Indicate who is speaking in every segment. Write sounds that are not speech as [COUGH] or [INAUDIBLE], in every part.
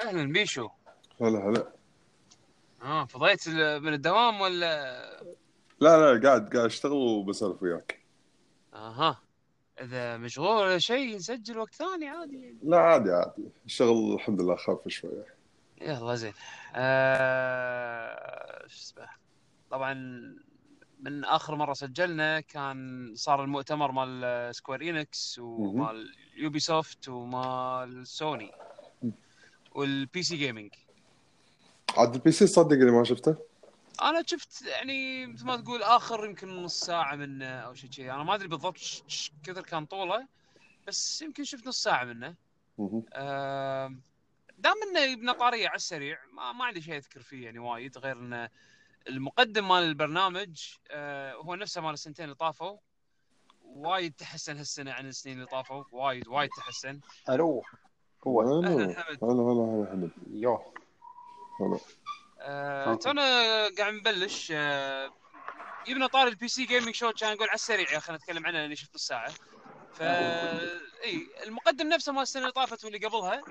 Speaker 1: اهلا بيشو
Speaker 2: هلا هلا
Speaker 1: اه فضيت ال- من الدوام ولا
Speaker 2: لا لا قاعد قاعد اشتغل وبسولف وياك
Speaker 1: اها اذا مشغول ولا شيء نسجل وقت ثاني عادي يعني.
Speaker 2: لا عادي عادي الشغل الحمد لله خف شويه
Speaker 1: يلا زين آه... شو اسمه طبعا من اخر مره سجلنا كان صار المؤتمر مال سكوير انكس ومال يوبي سوفت ومال سوني والبي سي جيمنج
Speaker 2: عاد البي سي صدق اللي ما شفته
Speaker 1: انا شفت يعني مثل ما تقول اخر يمكن نص ساعه منه او شيء شيء انا ما ادري بالضبط ش- ش- كثر كان طوله بس يمكن شفت نص ساعه منه
Speaker 2: مهم.
Speaker 1: آم، دام انه ابن طاريه على السريع ما, ما عندي شيء اذكر فيه يعني وايد غير انه المقدم مال البرنامج آه، هو نفسه مال السنتين اللي طافوا وايد تحسن هالسنه عن السنين اللي طافوا وايد وايد تحسن
Speaker 3: الو هو
Speaker 2: هلا
Speaker 1: اهلا [LAUGHS]
Speaker 2: هلا
Speaker 1: حمد
Speaker 2: هلا هلا حمد
Speaker 3: يو
Speaker 1: آه، تونا قاعد نبلش آه، يبنى طار البي سي جيمنج شو كان نقول على السريع يا خلينا نتكلم عنه لاني شفت الساعه ف اي المقدم نفسه مال السنه اللي طافت واللي قبلها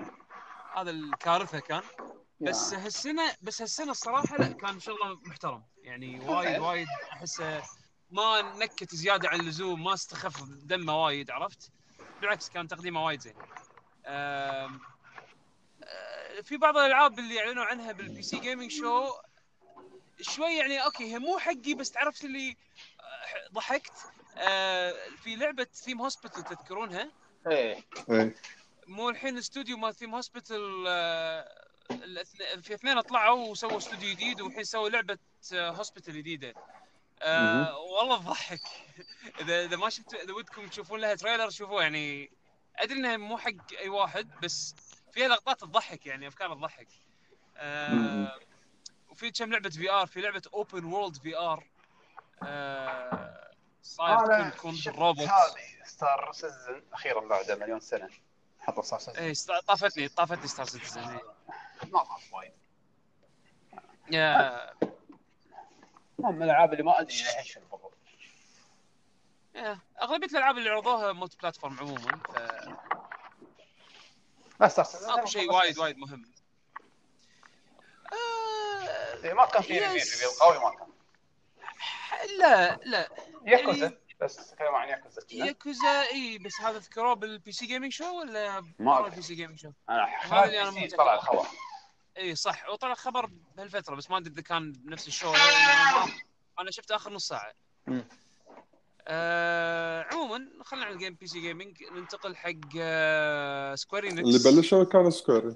Speaker 1: هذا الكارثه كان بس هالسنه بس هالسنه الصراحه لا كان شغله محترم يعني وايد وايد احسه ما نكت زياده عن اللزوم ما استخف دمه وايد عرفت بالعكس كان تقديمه وايد زين آم، آه، في بعض الالعاب اللي اعلنوا عنها بالبي سي جيمنج شو شوي يعني اوكي هي مو حقي بس عرفت اللي آه، ضحكت آه، في لعبه ثيم هوسبيتال تذكرونها
Speaker 3: ايه
Speaker 2: اي
Speaker 1: مو الحين الاستوديو مال ثيم هوسبيتال في اثنين طلعوا وسووا استوديو جديد والحين سووا لعبه هوسبيتال جديده آه،
Speaker 2: مهم.
Speaker 1: والله [LAUGHS] تضحك اذا اذا ما شفت اذا ودكم تشوفون لها تريلر شوفوه يعني ادري انها مو حق اي واحد بس فيها لقطات تضحك يعني افكار تضحك آه،
Speaker 2: مهم.
Speaker 1: وفي كم لعبه في ار في لعبه اوبن وورلد في ار آه، صاير
Speaker 3: انا
Speaker 1: تكون
Speaker 3: شفت
Speaker 1: روبوت
Speaker 3: هذه ستار سيزن اخيرا بعد مليون سنه حطوا ستار سيزن
Speaker 1: ايه طافتني طافتني ستار سيتيزن إيه.
Speaker 3: ما طاف وايد
Speaker 1: يا
Speaker 3: المهم من الالعاب اللي ما ادري للحين شنو بالضبط
Speaker 1: يا، اغلبيه الالعاب اللي عرضوها ملتي بلاتفورم عموما
Speaker 3: لا ستار سيزن
Speaker 1: فماكو شيء وايد وايد مهم أه، آه،
Speaker 3: إيه، ما كان في
Speaker 1: Yes.
Speaker 3: ريفيو ريفيو قوي ما كان
Speaker 1: لا
Speaker 3: أه؟
Speaker 1: لا
Speaker 3: ياكوزا بس تكلم عن ياكوزا
Speaker 1: ياكوزا اي بس هذا ذكروه بالبي سي جيمنج شو ولا
Speaker 3: ما
Speaker 1: برا
Speaker 3: أدري.
Speaker 1: البي سي جيمنج شو
Speaker 3: انا
Speaker 1: هذا اللي أنا
Speaker 3: حالي
Speaker 1: متأكد.
Speaker 3: طلع الخبر
Speaker 1: اي صح وطلع خبر بهالفتره بس ما ادري اذا كان بنفس الشو ولا لا، لأن ما- انا شفت اخر نص ساعه
Speaker 3: مم.
Speaker 1: آه عموما خلينا عن الجيم بي سي جيمنج ننتقل حق آه سكوير انكس
Speaker 2: اللي بلشوا كانوا سكوير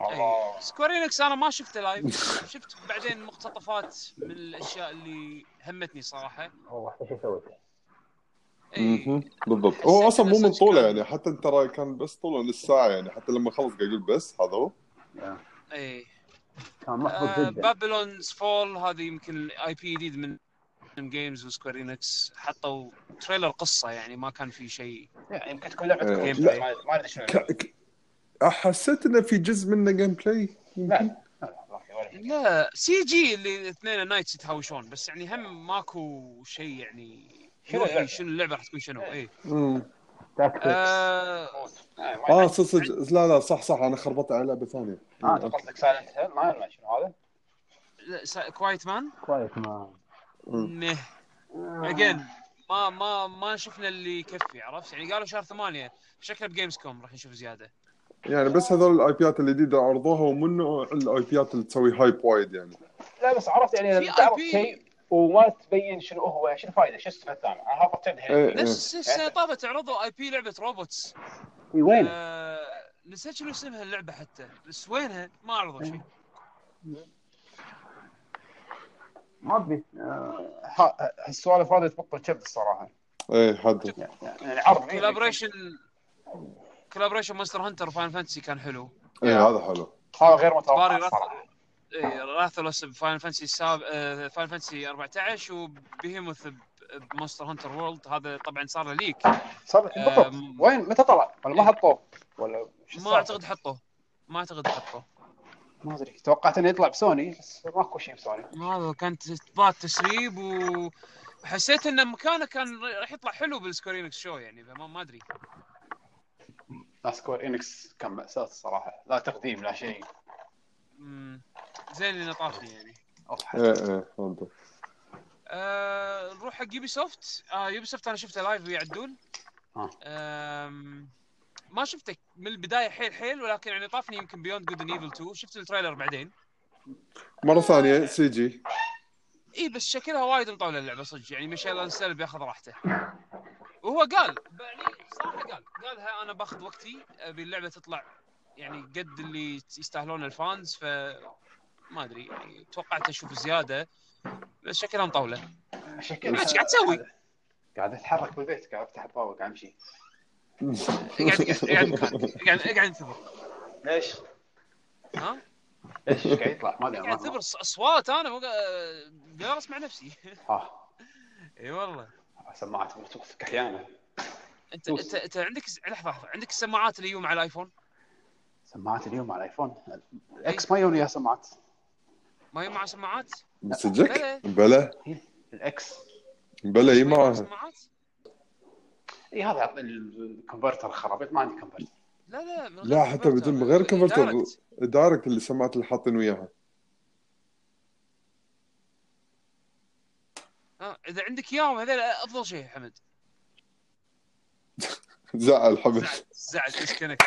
Speaker 3: الله
Speaker 1: سكوير انكس انا ما شفته لايف شفت بعدين مقتطفات من الاشياء اللي همتني صراحه
Speaker 3: والله حتى شو سويته إيه.
Speaker 1: اي
Speaker 2: مهم. بالضبط
Speaker 1: حسيت
Speaker 2: هو اصلا
Speaker 1: إنه
Speaker 2: مو من
Speaker 1: صدق
Speaker 2: طوله
Speaker 1: كان-
Speaker 2: يعني حتى ترى كان بس طوله نص ساعه يعني حتى لما خلص قاعد يقول بس هذا هو
Speaker 1: اي
Speaker 3: كان محبوب جدا
Speaker 1: بابلونز فول آه، هذه يمكن اي بي جديد من جيمز وسكوير انكس حطوا تريلر قصه يعني ما كان في شيء
Speaker 3: يعني يمكن تكون لعبه
Speaker 2: إيه.
Speaker 3: كويسة،
Speaker 2: لا.
Speaker 3: ما- ما ادري شنو
Speaker 2: ك... ك... حسيت انه في جزء منه جيم بلاي
Speaker 3: لا لا لا، ما في ولا شيء.
Speaker 1: لا سي جي اللي اثنين نايتس يتهاوشون بس يعني هم ماكو شيء يعني
Speaker 3: شنو
Speaker 1: يوحي
Speaker 3: اللعبة؟
Speaker 1: شنو اللعبه راح تكون شنو اي
Speaker 2: مم.
Speaker 1: آه
Speaker 3: آه، ما
Speaker 2: اه صدق صدق لا لا صح صح انا خربطت على لعبه ثانيه
Speaker 3: آه، أنت قصدك سايلنت هيل ما أدري شنو هذا
Speaker 1: كوايت مان
Speaker 3: كويس ما
Speaker 2: مم.
Speaker 1: نه اجين ما ما ما شفنا اللي يكفي عرفت يعني قالوا شهر ثمانية شكله بجيمز كوم راح نشوف زياده
Speaker 2: يعني بس هذول الاي بيات الجديده عرضوها ومن نوع الاي بيات اللي تسوي هايب وايد يعني
Speaker 3: لا بس عرفت يعني
Speaker 1: في
Speaker 3: لما تعرض
Speaker 1: IP.
Speaker 3: شيء وما تبين شنو هو شنو الفائده شو السبب الثاني انا هبطت
Speaker 2: إيه.
Speaker 3: بهيل
Speaker 1: نفس السنه طافت عرضوا اي بي لعبه روبوتس
Speaker 3: اي وين؟
Speaker 1: آه نسيت شنو اسمها اللعبه حتى بس وينها ما عرضوا شيء
Speaker 3: ما ادري هالسوالف آه، هذه تبطل كبد الصراحه
Speaker 2: ايه حد
Speaker 3: يعني العرض
Speaker 1: كولابريشن كولابريشن مونستر هانتر وفاين فانتسي كان حلو
Speaker 2: ايه هذا حلو
Speaker 3: هذا يعني، غير متوقع
Speaker 1: باري
Speaker 3: الصراحه
Speaker 1: إيه، راثلوس بفاين فانتسي السابع آه فاين فانتسي 14 وبيهيموث بمونستر هانتر وورلد هذا طبعا صار له ليك
Speaker 3: صار بالضبط
Speaker 1: أم.
Speaker 3: وين متى طلع؟ ولا ما حطوه ولا شو
Speaker 1: إيه. ما
Speaker 3: السالفة؟
Speaker 1: اعتقد حطوه ما اعتقد حطوه
Speaker 3: ما ادري توقعت انه يطلع بسوني بس ماكو شيء بسوني
Speaker 1: هذا كان تضاد تسريب و- وحسيت ان مكانه كان راح يطلع حلو بالسكورينكس شو يعني فما ما ادري
Speaker 3: لا سكوير انكس كان مأساة الصراحة لا تقديم لا شيء
Speaker 1: مم. زين اللي طافني يعني
Speaker 3: اوف
Speaker 2: ايه ايه فهمت
Speaker 1: آه، نروح حق يوبي سوفت آه يوبي سوفت انا شفته لايف ويا عدول
Speaker 3: آه.
Speaker 1: آم، ما شفته من البدايه حيل حيل ولكن يعني طافني يمكن بيوند جود اند ايفل 2 شفت التريلر بعدين
Speaker 2: مره ثانيه سي جي
Speaker 1: اي إيه، بس شكلها وايد مطوله اللعبه صدق يعني ميشيل انسل بياخذ راحته وهو قال يعني صراحه قال قالها انا باخذ وقتي ابي اللعبه تطلع يعني قد اللي يستاهلون الفانز ف ما ادري يعني توقعت اشوف زياده بس شكلها مطوله
Speaker 3: شكلها
Speaker 1: إيش قاعد تسوي؟
Speaker 3: قاعد اتحرك بالبيت قاعد افتح الباب قاعد امشي
Speaker 1: قاعد قاعد مكانك، قاعد قاعد انتظر
Speaker 3: ليش؟
Speaker 1: ها
Speaker 3: ليش قاعد يطلع ما ادري
Speaker 1: قاعد انتظر
Speaker 3: ما-
Speaker 1: ص- اصوات انا مو قا- قاعد اسمع نفسي
Speaker 3: اه
Speaker 1: اي والله
Speaker 3: سماعات بلوتوث احيانا
Speaker 1: انت انت انت عندك س- لحظه لحظه عندك السماعات اللي يوم على الايفون
Speaker 3: سماعات اليوم على الايفون الاكس ما يوني يا سماعات
Speaker 1: ما هي مع سماعات؟
Speaker 2: صدق؟ بلا
Speaker 3: الاكس
Speaker 2: بلا
Speaker 1: ما
Speaker 2: اي
Speaker 1: هي مع
Speaker 2: معاه
Speaker 1: سماعات؟
Speaker 3: اي هذا عط- ال- الكونفرتر خرابيط ما عندي كونفرتر
Speaker 1: لا لا من
Speaker 2: لا، حتى
Speaker 1: كونفرتر.
Speaker 2: بدون- غير كونفرتر.
Speaker 1: دايركت.
Speaker 2: دايركت اللي سمعت اللي حاطين وياها [LAUGHS]
Speaker 1: آه، اذا عندك اياهم هذول افضل شيء يا حمد
Speaker 2: زعل حبل
Speaker 1: زعل زعل ديسكونكت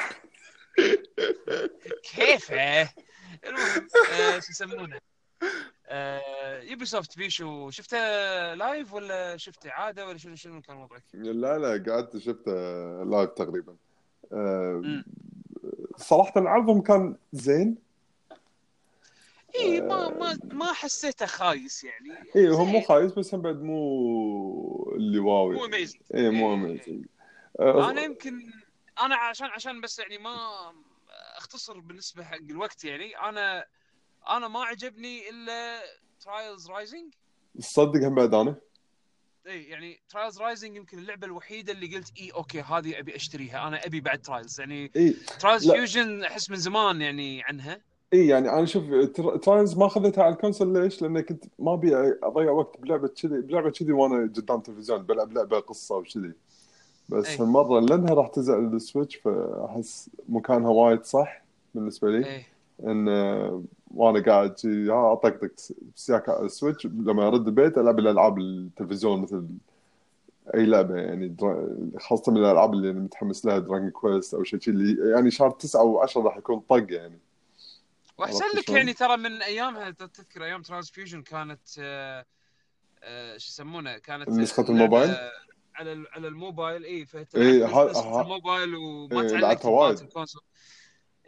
Speaker 1: كيفه إيه؟ المهم آه، شو يسمونه يوبي سوفت بيشو شفته لايف ولا شفته عاده ولا شنو شنو كان وضعك؟
Speaker 2: لا لا قعدت شفته لايف تقريبا آه،
Speaker 1: مم.
Speaker 2: صراحه عرضهم كان زين
Speaker 1: اي إيه، ما ما ما حسيته خايس يعني
Speaker 2: اي إيه، هو مو خايس بس هم بعد مو اللي واو
Speaker 1: مو amazing.
Speaker 2: اي مو آه،
Speaker 1: إيه.
Speaker 2: اميزنج
Speaker 1: انا يمكن انا عشان عشان بس يعني ما اختصر بالنسبه حق الوقت يعني انا انا ما عجبني الا ترايلز رايزنج
Speaker 2: تصدق هم بعد انا
Speaker 1: اي يعني ترايلز رايزنج يمكن اللعبه الوحيده اللي قلت اي اوكي هذه ابي اشتريها انا ابي بعد ترايلز يعني
Speaker 2: اي
Speaker 1: ترايلز
Speaker 2: لا.
Speaker 1: فيوجن احس من زمان يعني عنها
Speaker 2: اي يعني انا شوف تر- ترايلز ما اخذتها على الكونسل ليش؟ لان كنت ما ابي اضيع وقت بلعبه كذي بلعبه كذي وانا قدام تلفزيون بلعب لعبه قصه وكذي
Speaker 1: إي.
Speaker 2: بس هالمره لانها راح تزعل السويتش فاحس مكانها وايد صح بالنسبه لي
Speaker 1: اي
Speaker 2: ان آه، وانا قاعد شي، ها اطقطق سياكة على السويتش لما ارد البيت العب الالعاب التلفزيون مثل اي لعبه يعني درا- خاصه من الالعاب اللي انا متحمس لها دراجون كويست او شيء اللي يعني شهر تسعة و10 راح يكون طق يعني
Speaker 1: واحسن
Speaker 2: عرفت
Speaker 1: لك
Speaker 2: شلون؟
Speaker 1: يعني ترى من ايامها تذكر ايام ترانسفيوجن كانت آه، آه، شو يسمونه كانت
Speaker 2: نسخة
Speaker 1: اللعبة
Speaker 2: الموبايل؟
Speaker 1: على ال- على الموبايل إيه، اي فت
Speaker 2: إي،
Speaker 1: بس
Speaker 2: ها-
Speaker 1: نسخة
Speaker 2: ها-
Speaker 1: الموبايل وما
Speaker 2: إي،
Speaker 1: تعلقت إيه،
Speaker 2: لعبتها
Speaker 1: بمالت
Speaker 2: وايد.
Speaker 1: الكونسول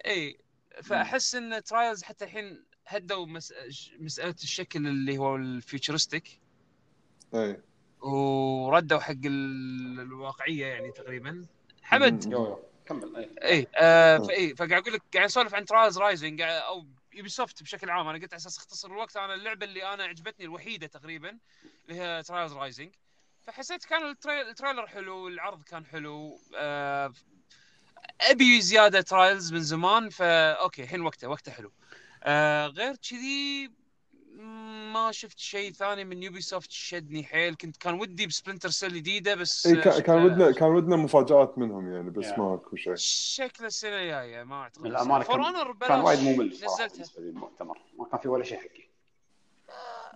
Speaker 1: اي فاحس ان ترايلز حتى الحين هدوا مس... مساله الشكل اللي هو الفيوتشرستيك
Speaker 2: اي
Speaker 1: وردوا حق ال- الواقعيه يعني تقريبا حمد
Speaker 2: مم.
Speaker 3: يو يو كمل إيه.
Speaker 1: اي آه فاي فقاعد اقول لك قاعد اسولف عن ترايلز رايزنج او يوبي سوفت بشكل عام انا قلت على اساس اختصر الوقت انا اللعبه اللي انا عجبتني الوحيده تقريبا اللي هي ترايلز رايزنج فحسيت كان التري... التريلر حلو العرض كان حلو آه ابي زياده ترايلز من زمان فا اوكي الحين وقته وقته حلو آه غير كذي ما شفت شيء ثاني من يوبي سوفت شدني حيل كنت كان ودي بسبلنتر سيل جديده بس
Speaker 2: اي إيه، كان-
Speaker 1: شكلها-
Speaker 2: كان ودنا كان ودنا مفاجات منهم يعني بس
Speaker 3: Yeah.
Speaker 2: ماكو شيء
Speaker 1: شكله السنه الجايه ما اعتقد
Speaker 3: للامانه
Speaker 1: فور
Speaker 3: كان-
Speaker 1: اونر
Speaker 3: كان وايد ممل صراحه
Speaker 1: نزلتها
Speaker 3: بالنسبه لي المؤتمر ما كان في ولا شيء حقي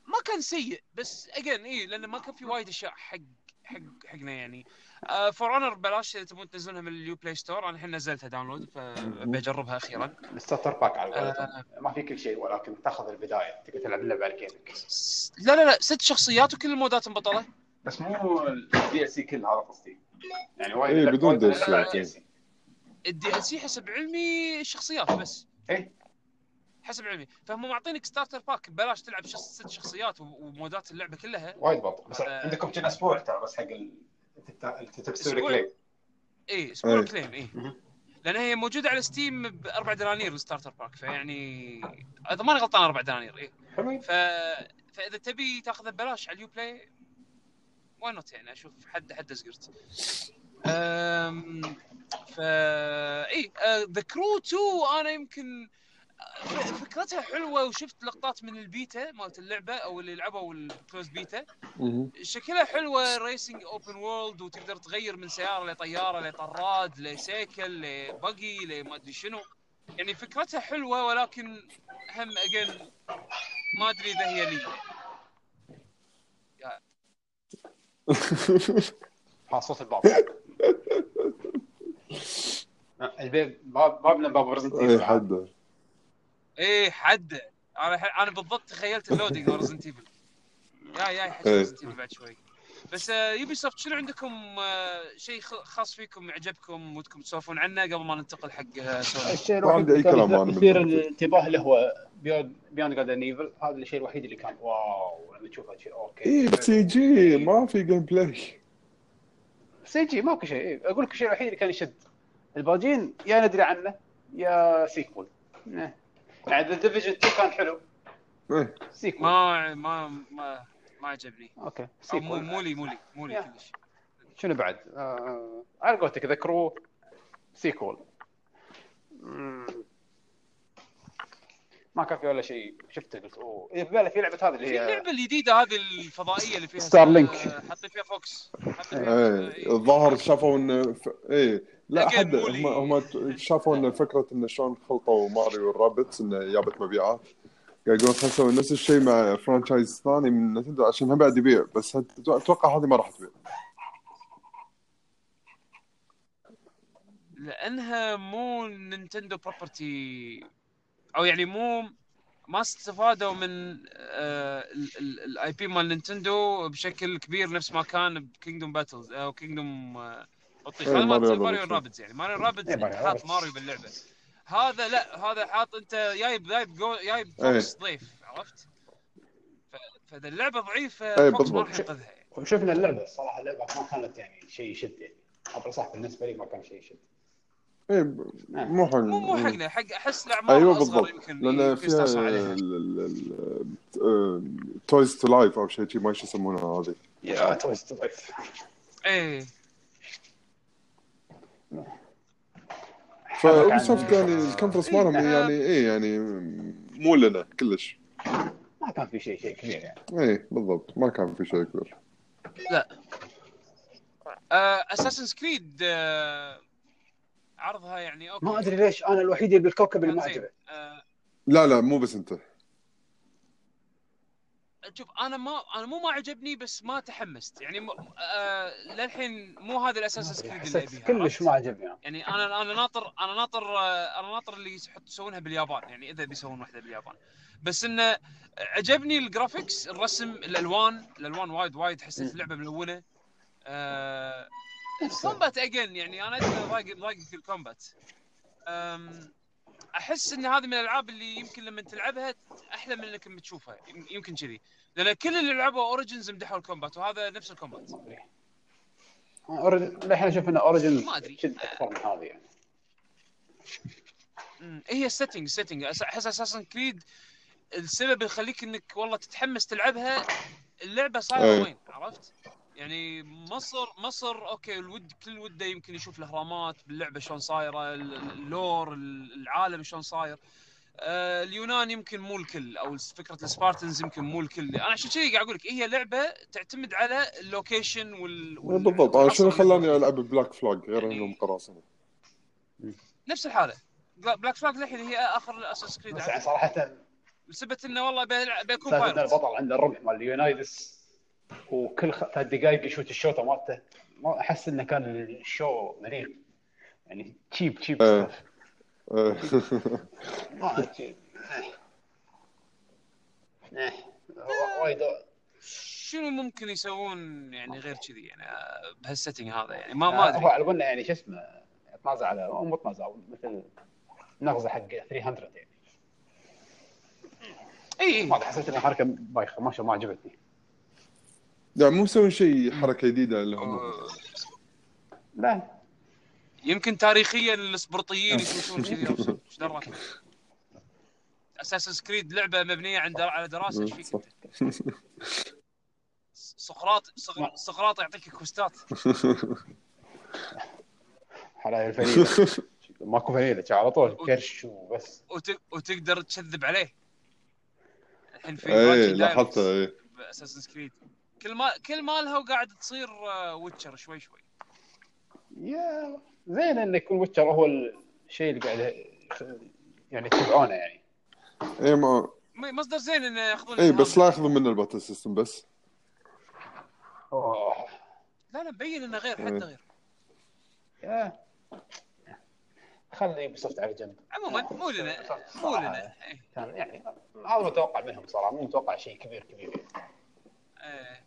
Speaker 1: ما كان سيء بس اجين اي لانه ما كان في وايد اشياء حق حق حقنا يعني فور اونر ببلاش اذا تبون تنزلونها من اليو بلاي ستور انا الحين نزلتها داونلود فبجربها اخيرا
Speaker 3: الستارتر باك على
Speaker 1: آه.
Speaker 3: قولتهم ما في كل شيء ولكن تاخذ البدايه تقدر تلعب اللعبه على كيفك
Speaker 1: س- لا لا لا ست شخصيات وكل المودات مبطله
Speaker 3: بس مو الدي ال سي كله على قصدي يعني وايد
Speaker 2: إيه، بدون
Speaker 3: وايد-
Speaker 2: DLC.
Speaker 3: لا، لا، DLC.
Speaker 1: الدي ال سي حسب علمي الشخصيات بس
Speaker 3: إيه.
Speaker 1: حسب علمي فهم معطينك ستارتر باك ببلاش تلعب شخص ست شخصيات و- ومودات اللعبه كلها
Speaker 3: وايد بطيء بس
Speaker 1: آه.
Speaker 3: عندكم كنا اسبوع ترى بس حق ال- تت- تتبسل
Speaker 1: أسبوع؟
Speaker 3: كليك
Speaker 1: اي اسبوع
Speaker 2: أي.
Speaker 1: كليم اي
Speaker 3: مهم.
Speaker 1: لان إيه. هي موجوده على ستيم ب 4 دنانير الستارتر باك فيعني اذا ماني غلطان 4 دنانير اي
Speaker 3: حلوين
Speaker 1: ف... فاذا تبي تاخذه ببلاش على اليو بلاي واي نوت يعني اشوف حد حد زقرت أم... إيه، آه، فا اي ذا كرو 2 انا يمكن ف- فكرتها حلوه وشفت لقطات من البيتا مالت اللعبه او اللي لعبوا الكلوز بيتا Mm-hmm.
Speaker 2: [LAUGHS] مهم.
Speaker 1: شكلها حلوه ريسنج اوبن وورلد وتقدر تغير من سياره لطياره لطراد لسيكل لبقي لما ادري شنو يعني فكرتها حلوه ولكن هم اجين ما ادري اذا هي لي
Speaker 3: ها صوت الباب الباب آه، باب- بابنا باب
Speaker 2: اي
Speaker 3: ريزنت
Speaker 2: إيه، حد
Speaker 1: ايه حده انا ح- انا بالضبط تخيلت اللودينج ريزنت ايفل يا يا حق
Speaker 2: إيه.
Speaker 1: ريزنت ايفل بعد شوي بس يبي سوفت شنو عندكم آه، شيء خ- خاص فيكم عجبكم ودكم تسولفون عنه قبل ما ننتقل حق آه، سوني
Speaker 3: الشيء
Speaker 2: ما
Speaker 3: الوحيد
Speaker 2: عندي أي
Speaker 3: اللي كان
Speaker 2: كلام أنا
Speaker 3: يث- يثير
Speaker 2: بالنسبة لي.
Speaker 3: الانتباه اللي هو بيوند جاردن ايفل هذا الشيء الوحيد اللي كان واو لما تشوفه شيء اوكي
Speaker 2: اي سي جي إيه، ما في جيم بلاي
Speaker 3: سي جي ماكو شيء إيه، اقول لك الشيء الوحيد اللي كان يشد الباجين يا ندري عنه يا سيكول إيه. يعني ذا ديفيجن 2 كان حلو
Speaker 2: إيه.
Speaker 3: سيكول
Speaker 1: ما ما ما ما عجبني
Speaker 3: اوكي
Speaker 1: أو مو
Speaker 3: سيكول
Speaker 1: مو لي مو لي مو لي
Speaker 3: يا.
Speaker 1: كلش
Speaker 3: شنو بعد؟ آه، على قولتك ذا كرو سيكول مم. ما كان في ولا شيء شفته قلت اوه إيه، في بالي في لعبه هذه
Speaker 1: في
Speaker 3: اللي هي
Speaker 1: اللعبه الجديده هذه الفضائيه اللي فيها
Speaker 3: ستارلينك.
Speaker 1: آه، حاطين فيها فوكس حاطين فيها- إيه.
Speaker 2: اي إيه، الظاهر شافوا انه ف... اي لا
Speaker 1: Again،
Speaker 2: حد
Speaker 1: مو لي.
Speaker 2: هم هم ت- شافوا ان فكره انه شلون خلطوا ماريو والرابتس انه جابت مبيعات قاعد يقولون خلنا نسوي نفس الشيء مع فرانشايز ثاني من نتندو عشان هم بعد يبيع بس هت- اتوقع هذه ما راح تبيع
Speaker 1: لانها مو نينتندو بروبرتي او يعني مو ما استفادوا من آه، الاي بي مال نينتندو بشكل كبير نفس ما كان بكينجدوم باتلز او كينجدوم الطيخ
Speaker 2: إيه،
Speaker 1: هذا مال
Speaker 2: ماريو
Speaker 1: ماريو
Speaker 2: رابتس.
Speaker 1: رابدز يعني ماريو رابدز
Speaker 3: إيه،
Speaker 1: انت
Speaker 3: ماريو
Speaker 1: حاط
Speaker 3: رابتس.
Speaker 1: ماريو باللعبه هذا لا هذا حاط انت جايب جايب جو- جايب
Speaker 2: إيه.
Speaker 1: فوكس ضيف عرفت؟ ف- فاذا اللعبه ضعيفه
Speaker 2: إيه،
Speaker 1: فوكس ما
Speaker 2: بالضبط.
Speaker 1: راح ينقذها يعني.
Speaker 3: وشفنا اللعبه الصراحه اللعبه ما كانت يعني شيء يشد يعني عبر صح بالنسبه لي ما كان شيء يشد
Speaker 2: اي إيه، مو حق
Speaker 1: مو مو حقنا حق احس الاعمار
Speaker 2: ايوه
Speaker 1: اصغر
Speaker 2: إيه. بالضبط
Speaker 1: يمكن
Speaker 2: لان
Speaker 1: يمكن
Speaker 2: فيها
Speaker 1: يستانسون عليها
Speaker 2: آه، تويز تو لايف او شيء شي ما شو يسمونها هذه
Speaker 3: يا تويست تويست
Speaker 1: ايه
Speaker 2: فاوبسوفت يعني
Speaker 1: [LAUGHS]
Speaker 2: الكونفرنس مالهم
Speaker 1: إيه.
Speaker 2: يعني اي يعني مو لنا كلش
Speaker 3: ما كان في شيء شيء كبير يعني
Speaker 2: اي بالضبط ما كان في شيء كبير
Speaker 1: آه، اساسن كريد آه، عرضها يعني اوكي
Speaker 3: ما ادري ليش انا الوحيد اللي بالكوكب اللي ما
Speaker 1: زين.
Speaker 3: عجبه
Speaker 1: آه،
Speaker 2: لا لا مو بس انت
Speaker 1: شوف انا ما انا مو ما عجبني بس ما تحمست يعني م... آه... للحين مو هذا الاساس كريد اللي
Speaker 3: حسيت
Speaker 1: ابيها
Speaker 3: كلش ما عجبني أنا.
Speaker 1: يعني انا انا ناطر انا ناطر آه، انا ناطر اللي يحط- يسوونها باليابان يعني اذا بيسوون واحده باليابان بس انه عجبني الجرافكس الرسم الالوان الالوان وايد وايد حسيت اللعبه ملونه آه، الكومبات اجين يعني انا ادري إنه ضايق ضايق في الكومبات أم، احس ان هذه من الالعاب اللي يمكن لما تلعبها احلى من انك لما تشوفها يم- يمكن كذي لان كل اللي لعبوا اوريجنز مدحوا الكومبات وهذا نفس الكومبات
Speaker 3: ما ادري أنا أوريجن- للحين اشوف ان اوريجن
Speaker 1: ما أدري.
Speaker 3: شد اكثر من هذه يعني
Speaker 1: مم، هي السيتنج سيتنج احس اساسا كريد السبب يخليك انك والله تتحمس تلعبها اللعبه
Speaker 2: أي.
Speaker 1: صايره وين عرفت؟ يعني مصر مصر اوكي الود كل وده يمكن يشوف الاهرامات باللعبه شلون صايره ال- ال- اللور ال- العالم شلون صاير آه، اليونان يمكن مو الكل او فكره السبارتنز يمكن مو الكل انا عشان كذي قاعد اقول لك هي لعبه تعتمد على اللوكيشن وال وال-
Speaker 2: بالضبط انا شنو
Speaker 1: والعصر اللي
Speaker 2: خلاني العب بلاك فلاج
Speaker 1: إيه.
Speaker 2: غير انهم قراصنه
Speaker 1: نفس الحاله بلاك فلاج للحين هي اخر اساس كريد
Speaker 3: بس يعني صراحه
Speaker 1: لسبت انه والله بيلعب- بيكون
Speaker 3: سالفه ان
Speaker 1: بايرت
Speaker 3: البطل عنده الرمح مال يونايدس وكل خ- ثلاث دقائق يشوت الشوطه مالته ما احس انه كان الشو مريح يعني تشيب تشيب
Speaker 2: إيه.
Speaker 3: stuff.
Speaker 2: إيه.
Speaker 3: ما أدري. إيه. إيه. وايد
Speaker 1: شنو ممكن يسوون يعني غير كذي يعني آه، بهالسيتنج هذا يعني ما ما
Speaker 3: هو
Speaker 1: ادري
Speaker 3: على قولنا يعني شو اسمه تنازع على أو مو تنازع مثل نغزه حق 300 يعني
Speaker 1: اي
Speaker 3: ما
Speaker 1: اي
Speaker 3: أدري، حسيت ان الحركه بايخه ما شاء الله ما عجبتني
Speaker 2: [LAUGHS] يعني مو مسوين شيء حركه جديده اللي هم
Speaker 1: آه،
Speaker 3: لا
Speaker 1: يمكن تاريخيا الاسبرطيين يشوفون كذي أو شيء. ايش دراك اساسن كريد لعبه مبنيه عن در- على دراسه ايش فيك
Speaker 2: صح.
Speaker 1: انت؟ سقراط سقر- سقراط يعطيك كوستات
Speaker 3: حلايا الفانيلا ماكو فانيلا شي على طول كرش وبس
Speaker 1: وت- وتقدر تكذب عليه الحين في
Speaker 2: اي
Speaker 1: Branching
Speaker 2: لاحظت
Speaker 1: Diaries
Speaker 2: اي
Speaker 1: باساسن كريد كل ما كل مالها وقاعد تصير ويتشر شوي شوي
Speaker 3: يا زين انه يكون ويتشر هو الشيء اللي قاعد يعني تتبعونه يعني
Speaker 2: اي إيه، ما
Speaker 1: م- مصدر زين انه ياخذون
Speaker 2: اي إيه، بس لا
Speaker 1: اهتمام.
Speaker 2: ياخذون منه الباتل سيستم بس
Speaker 3: اوه
Speaker 1: لا لا مبين انه غير
Speaker 2: إيه.
Speaker 1: حتى غير
Speaker 3: يا خلي يوبي سوفت على جنب
Speaker 1: عموما مو لنا مو
Speaker 3: صراحة.
Speaker 1: لنا إيه.
Speaker 3: كان يعني هذا متوقع منهم صراحه مو متوقع شيء كبير كبير
Speaker 1: إيه.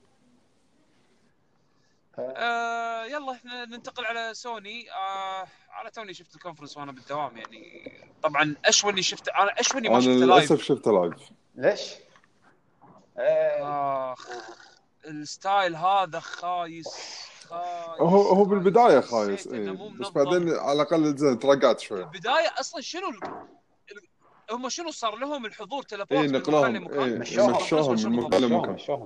Speaker 3: ف-
Speaker 1: آه يلا احنا ننتقل على سوني آه على توني شفت الكونفرنس وانا بالدوام يعني طبعا اشوى اني شفت انا اشوى اني ما
Speaker 2: انا
Speaker 1: شفته لايف
Speaker 2: للاسف شفته لايف
Speaker 3: ليش؟ آه،
Speaker 1: اخ الستايل هذا خايس خايس
Speaker 2: هو هو بالبدايه خايس
Speaker 1: حسيت إنه
Speaker 2: اي
Speaker 1: مو
Speaker 2: بس
Speaker 1: منظم.
Speaker 2: بعدين على الاقل زين ترقعت شوي
Speaker 1: البدايه اصلا شنو ال... ال- هم شنو صار لهم الحضور تلفون
Speaker 2: اي نقلوهم اي
Speaker 3: مشوهم.
Speaker 2: إيه، مشوهم من مكان
Speaker 3: شوهم
Speaker 2: لمكان
Speaker 3: شوهم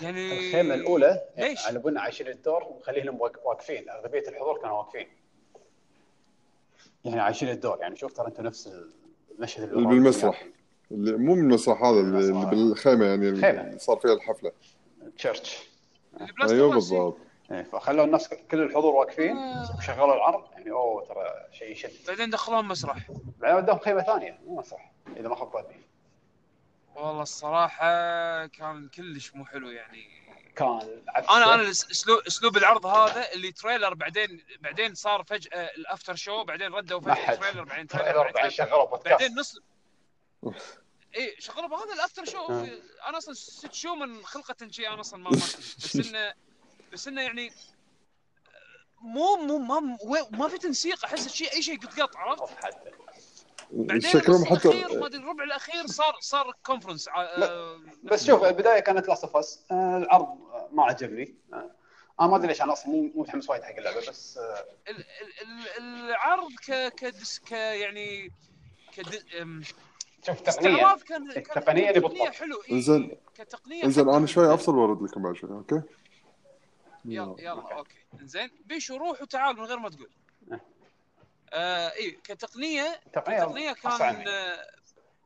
Speaker 1: يعني
Speaker 3: الخيمه الاولى
Speaker 1: ليش؟
Speaker 3: على بنا عايشين الدور ومخليهم واق- واقفين اغلبيه الحضور كانوا واقفين يعني عايشين الدور يعني شوف ترى انت نفس المشهد يعني
Speaker 2: اللي
Speaker 3: وراك.
Speaker 2: بالمسرح. اللي مو من المسرح هذا اللي
Speaker 3: المسرح.
Speaker 2: اللي بالخيمه يعني
Speaker 3: خيمة.
Speaker 2: اللي صار فيها الحفله
Speaker 3: تشيرش
Speaker 1: البلاستيك
Speaker 2: ايوه
Speaker 1: ماسي.
Speaker 2: بالضبط
Speaker 3: إيه، فخلوا الناس كل الحضور واقفين
Speaker 1: آه.
Speaker 3: وشغلوا العرض يعني اوه ترى شيء يشد
Speaker 1: بعدين دخلوهم مسرح
Speaker 3: بعدين وداهم خيمه ثانيه مو مسرح اذا ما خاب ظني
Speaker 1: والله الصراحه كان كلش مو حلو يعني
Speaker 3: كان
Speaker 1: انا انا الأس- اسلوب اسلوب العرض هذا اللي تريلر بعدين بعدين صار فجاه الافتر شو بعدين ردوا
Speaker 3: ما
Speaker 1: فجاه
Speaker 3: حد.
Speaker 1: تريلر بعدين تريلر
Speaker 3: تريلر بعدين
Speaker 1: بعدين تريلر.
Speaker 3: شغلوا بودكاست
Speaker 1: بعدين نص إيه، اي شغلوا بهذا الافتر شو
Speaker 3: آه.
Speaker 1: انا اصلا ست شو من خلقه شيء انا اصلا ما ما أشوف. بس انه بس انه يعني مو مو ما وي- ما في تنسيق احس شيء اي شيء قط قط عرفت؟
Speaker 3: أوف، حتى
Speaker 1: بعدين
Speaker 2: شكلهم
Speaker 1: النص
Speaker 2: حتى
Speaker 1: الاخير ما ادري الربع الاخير صار صار آه، كونفرنس
Speaker 3: بس شوف البدايه كانت لاست اوف اس العرض آه، ما عجبني آه، انا ما ادري ليش انا اصلا مو مو متحمس وايد حق اللعبه بس آه،
Speaker 1: ال- ال- ال- العرض ك كدس ك يعني كد... أم،
Speaker 3: شوف تقنيا
Speaker 1: استعراض كان كان-
Speaker 3: التقنية اللي
Speaker 1: تقنية
Speaker 3: بالضبط.
Speaker 1: حلو
Speaker 2: إنزين.
Speaker 1: إيه كتقنية
Speaker 2: انزين
Speaker 1: حلوة.
Speaker 2: انا شوي افصل وارد لكم بعد شوي اوكي؟
Speaker 1: يلا يلا اوكي انزين بيشو روح وتعال من غير ما تقول آه اي كتقنيه
Speaker 3: التقنيه
Speaker 1: كتقنيه
Speaker 3: خاصة
Speaker 1: كان
Speaker 3: عني.
Speaker 1: آه،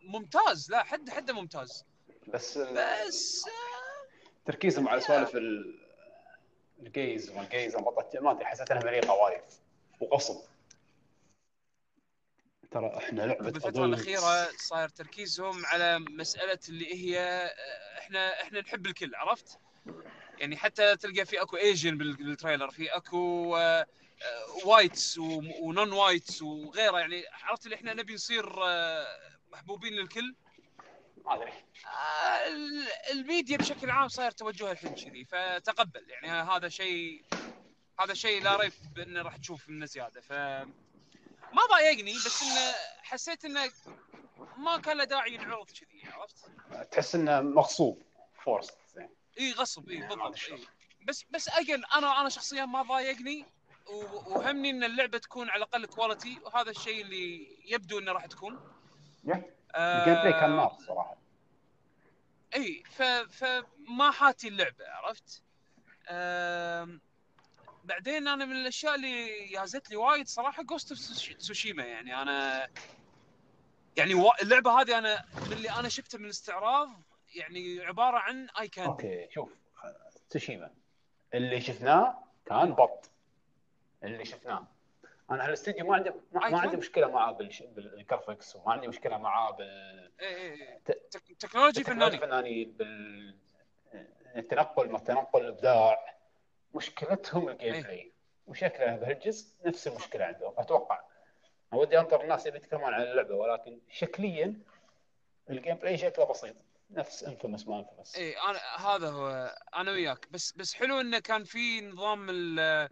Speaker 1: ممتاز لا حد حد ممتاز
Speaker 3: بس آه،
Speaker 1: بس آه،
Speaker 3: تركيزهم على سوالف ال- الجيز والجيز انضبطت ما ادري حسيت انها مليقه وايد وقصد ترى احنا لعبه
Speaker 1: بالفتره
Speaker 3: adults.
Speaker 1: الاخيره صاير تركيزهم على مساله اللي هي آه، احنا احنا نحب الكل عرفت يعني حتى تلقى في اكو ايجن بال- بالتريلر في اكو آه، آه، وايتس وم- ونون وايتس وغيره يعني عرفت اللي احنا نبي نصير آه، محبوبين للكل
Speaker 3: ما ادري
Speaker 1: آه، ال- الميديا بشكل عام صاير توجهها الحين كذي فتقبل يعني هذا شيء هذا شيء لا ريب انه راح تشوف منه زياده ف ما ضايقني بس انه حسيت انه ما كان له داعي ينعرض كذي عرفت؟
Speaker 3: تحس انه مغصوب فورس
Speaker 1: اي غصب اي
Speaker 3: نعم،
Speaker 1: بالضبط
Speaker 3: معلش.
Speaker 1: اي بس بس اجل انا انا شخصيا ما ضايقني و- وهمني ان اللعبه تكون على الاقل كواليتي وهذا الشيء اللي يبدو انه راح تكون آه،
Speaker 3: الجيم بلاي كان نار صراحه
Speaker 1: اي ف... فما حاتي اللعبه عرفت؟ أم... بعدين انا من الاشياء اللي يازت لي وايد صراحه جوست اوف سوشيما يعني انا يعني و... اللعبه هذه انا من اللي انا شفته من الاستعراض يعني عباره عن اي كان
Speaker 3: اوكي شوف تسوشيما اللي شفناه كان بط اللي شفناه انا هالاستديو ما عندي ما, ما عندي مشكله معاه بالش- بالجرافكس وما عندي مشكله معاه بال
Speaker 1: تك... تكنولوجي فناني
Speaker 3: الفنانين بال التنقل ما التنقل الابداع مشكلتهم الجيم
Speaker 1: إيه.
Speaker 3: بلاي وشكله بهالجزء نفس المشكله عندهم اتوقع أنا ودي انطر الناس اللي يتكلمون عن اللعبه ولكن شكليا الجيم بلاي شكله بسيط نفس انفيمس ما انفيمس
Speaker 1: اي انا هذا هو انا وياك بس بس حلو انه كان في نظام ال...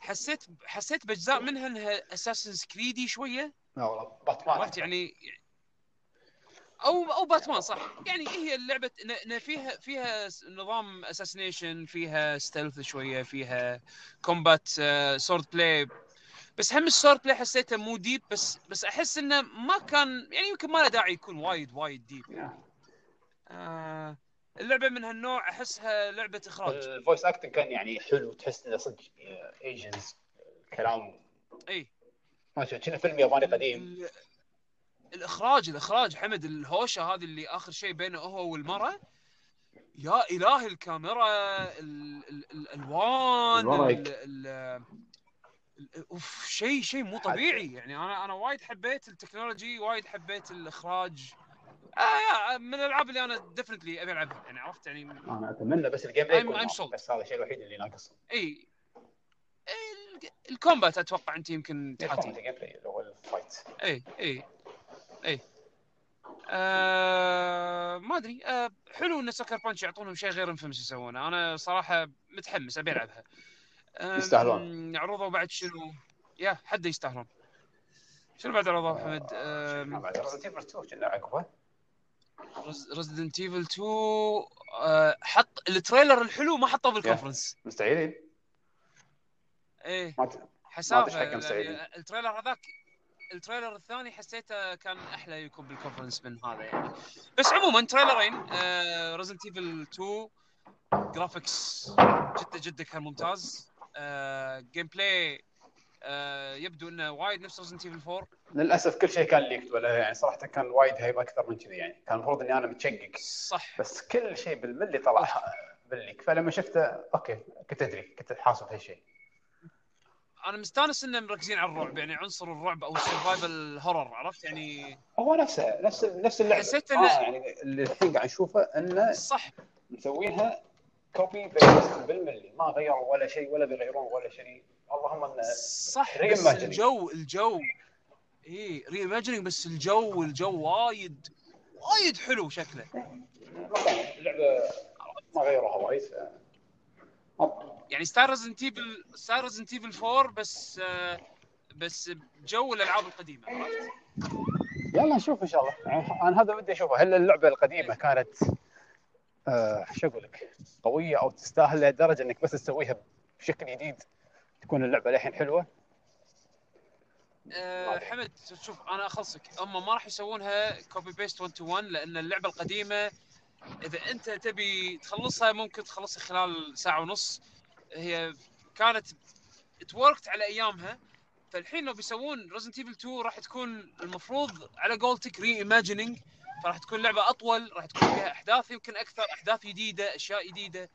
Speaker 1: حسيت حسيت باجزاء منها انها اساسن كريدي شويه
Speaker 3: لا والله باتمان
Speaker 1: عرفت يعني او او باتمان صح يعني هي اللعبه ن- ن- فيها فيها س- نظام اساسنيشن فيها ستيلث شويه فيها كومبات سورد بلاي بس هم السورد بلاي حسيته مو ديب بس بس احس انه ما كان يعني يمكن ما له داعي يكون وايد وايد ديب آه اللعبه من هالنوع احسها لعبه اخراج
Speaker 3: الفويس اكتنج كان يعني حلو تحس انه صدق ايجنز كلام
Speaker 1: اي
Speaker 3: ما شفت كنا فيلم ياباني قديم
Speaker 1: ال- الاخراج الاخراج حمد الهوشه هذه اللي اخر شيء بينه هو والمره يا الهي الكاميرا ال- ال- الالوان
Speaker 3: الورق.
Speaker 1: ال- ال- اوف شيء شيء مو طبيعي يعني انا انا وايد حبيت التكنولوجي وايد حبيت الاخراج آه يا من الالعاب اللي انا ديفنتلي ابي العبها يعني عرفت يعني
Speaker 3: انا اتمنى بس الجيم بلاي
Speaker 1: I'm-
Speaker 3: يكون
Speaker 1: I'm
Speaker 3: معه.
Speaker 1: sold.
Speaker 3: بس هذا الشيء الوحيد اللي ناقص
Speaker 1: اي ال- الكومبات اتوقع انت يمكن
Speaker 3: يكون
Speaker 1: تحاتي
Speaker 3: الجيم بلاي اللي هو الفايت
Speaker 1: اي اي اي إيه. آه ما ادري آه حلو ان سكر بانش يعطونهم شيء غير انفمس يسوونه انا صراحه متحمس ابي العبها آم،
Speaker 3: يستاهلون.
Speaker 1: عرضوا بعد شنو يا حد يستاهلون شنو بعد عرضوا حمد آم،
Speaker 3: بعد ريزنت ايفل 2 كنا عقبه
Speaker 1: ريزدنت ايفل 2 آه، حط التريلر الحلو ما حطه بالكونفرنس
Speaker 3: مستعيلين
Speaker 1: ايه
Speaker 3: ما ت- ما
Speaker 1: حسافه
Speaker 3: تشحق مستعيدين.
Speaker 1: يعني التريلر هذاك التريلر الثاني حسيته كان احلى يكون بالكونفرنس من هذا يعني بس عموما تريلرين آه، ريزنت ايفل 2 جرافيكس جدا جدا كان ممتاز جيم بلاي يبدو انه وايد نفس ريزنت ايفل 4
Speaker 3: للاسف كل شيء كان ليكت ولا يعني صراحه كان وايد هيب اكثر من كذي يعني كان المفروض اني انا متشقق
Speaker 1: صح
Speaker 3: بس كل شيء بالملي طلع بالليك فلما شفته اوكي كنت ادري كنت حاسب هالشيء
Speaker 1: انا مستانس انه مركزين على الرعب يعني عنصر الرعب او السرفايفل هورر عرفت يعني
Speaker 3: هو نفسه نفس نفس اللعبه
Speaker 1: حسيت إنه-
Speaker 3: آه يعني اللي الحين قاعد نشوفه انه
Speaker 1: صح
Speaker 3: مسوينها كوبي بيست بالملي ما غيروا ولا شيء ولا بيغيرون ولا شيء اللهم انه
Speaker 1: صح بس
Speaker 3: reimagining.
Speaker 1: الجو الجو اي ريماجينينج بس الجو الجو وايد وايد حلو شكله
Speaker 3: ما كان- اللعبه ما غيروها وايد ف... ما-
Speaker 1: يعني ستار ريزنت ايفل ستار ريزنت ايفل 4 بس آه، بس جو الالعاب القديمه عرفت؟
Speaker 3: يلا نشوف ان شاء الله يعني انا هذا بدي اشوفه هل اللعبه القديمه كانت آه شو اقول لك قويه او تستاهل لدرجه انك بس تسويها بشكل جديد تكون اللعبه للحين حلوه
Speaker 1: أه حمد شوف انا اخلصك هم ما راح يسوونها كوبي بيست 1 تو 1 لان اللعبه القديمه اذا انت تبي تخلصها ممكن تخلصها خلال ساعه ونص هي كانت توركت على ايامها فالحين لو بيسوون ريزنت ايفل 2 راح تكون المفروض على قولتك ري ايماجيننج فراح تكون لعبه اطول راح تكون فيها احداث يمكن اكثر احداث جديده اشياء جديده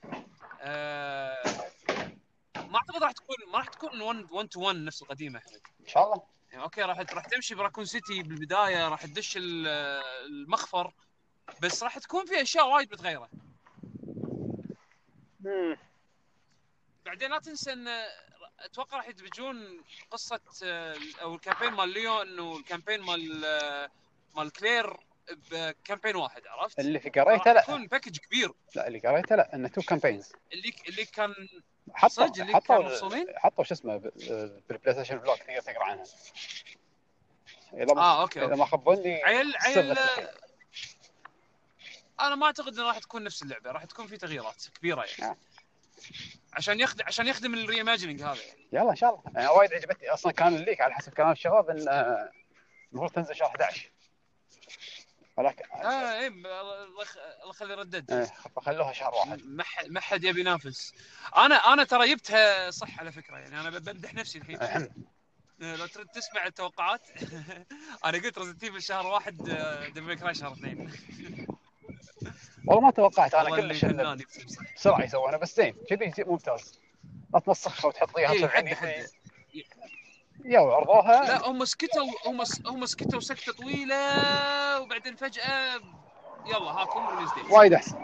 Speaker 1: أه ما اعتقد راح تكون ما راح تكون 1 تو 1 نفس القديمه حمد
Speaker 3: ان شاء الله
Speaker 1: يعني اوكي راح راح تمشي براكون سيتي بالبدايه راح تدش ال- المخفر بس راح تكون في اشياء وايد متغيره بعدين لا تنسى ان اتوقع راح يدمجون قصه آه، او الكامبين مال ليو انه الكامبين مال آه، مال كلير بكامبين واحد عرفت؟
Speaker 3: اللي
Speaker 1: راح
Speaker 3: قريته لا
Speaker 1: يكون باكج كبير
Speaker 3: لا اللي قريته لا انه تو كامبينز
Speaker 1: اللي اللي كان
Speaker 3: حطوا
Speaker 1: صدق اللي كانوا
Speaker 3: حطوا
Speaker 1: مفصولين؟
Speaker 3: حطوا شو اسمه بال- بالبلاي ستيشن بلوك تقدر تقرا عنها اذا ما
Speaker 1: اه اوكي,
Speaker 3: اذا
Speaker 1: أوكي.
Speaker 3: ما خبرني
Speaker 1: عيل عيل
Speaker 3: سر التحقيق.
Speaker 1: انا ما اعتقد انه راح تكون نفس اللعبه راح تكون في تغييرات كبيره يعني
Speaker 3: نعم.
Speaker 1: عشان يخدم عشان يخدم الريماجيننج هذا يعني
Speaker 3: يلا ان شاء الله انا وايد عجبتني اصلا كان الليك على حسب كلام الشباب ان آه، المفروض تنزل شهر 11 ولكن
Speaker 1: اه اي ب- الله يخ- الله يخلي ردد
Speaker 3: آه، خلوها شهر واحد
Speaker 1: ما ح- ما حد يبي ينافس انا انا ترى جبتها صح على فكره يعني انا ب- بمدح نفسي الحين آه،
Speaker 3: أهم.
Speaker 1: لو ترد تسمع التوقعات [LAUGHS] انا قلت رزنت ايفل شهر واحد آه، دبل كراي شهر اثنين
Speaker 3: والله ما توقعت انا
Speaker 1: والله
Speaker 3: كلش
Speaker 1: اللي
Speaker 3: إنه
Speaker 1: فناني بصراحة.
Speaker 3: بسرعه يسوونها بس زين كذي شيء ممتاز لا تمسخها وتحطيها
Speaker 1: إيه،
Speaker 3: عشان
Speaker 1: حد- حد.
Speaker 3: يا عرضوها
Speaker 1: لا هم سكتوا هم س- هم سكتوا سكته طويله وبعدين فجاه يلا هاكم ريليز ديت
Speaker 3: وايد احسن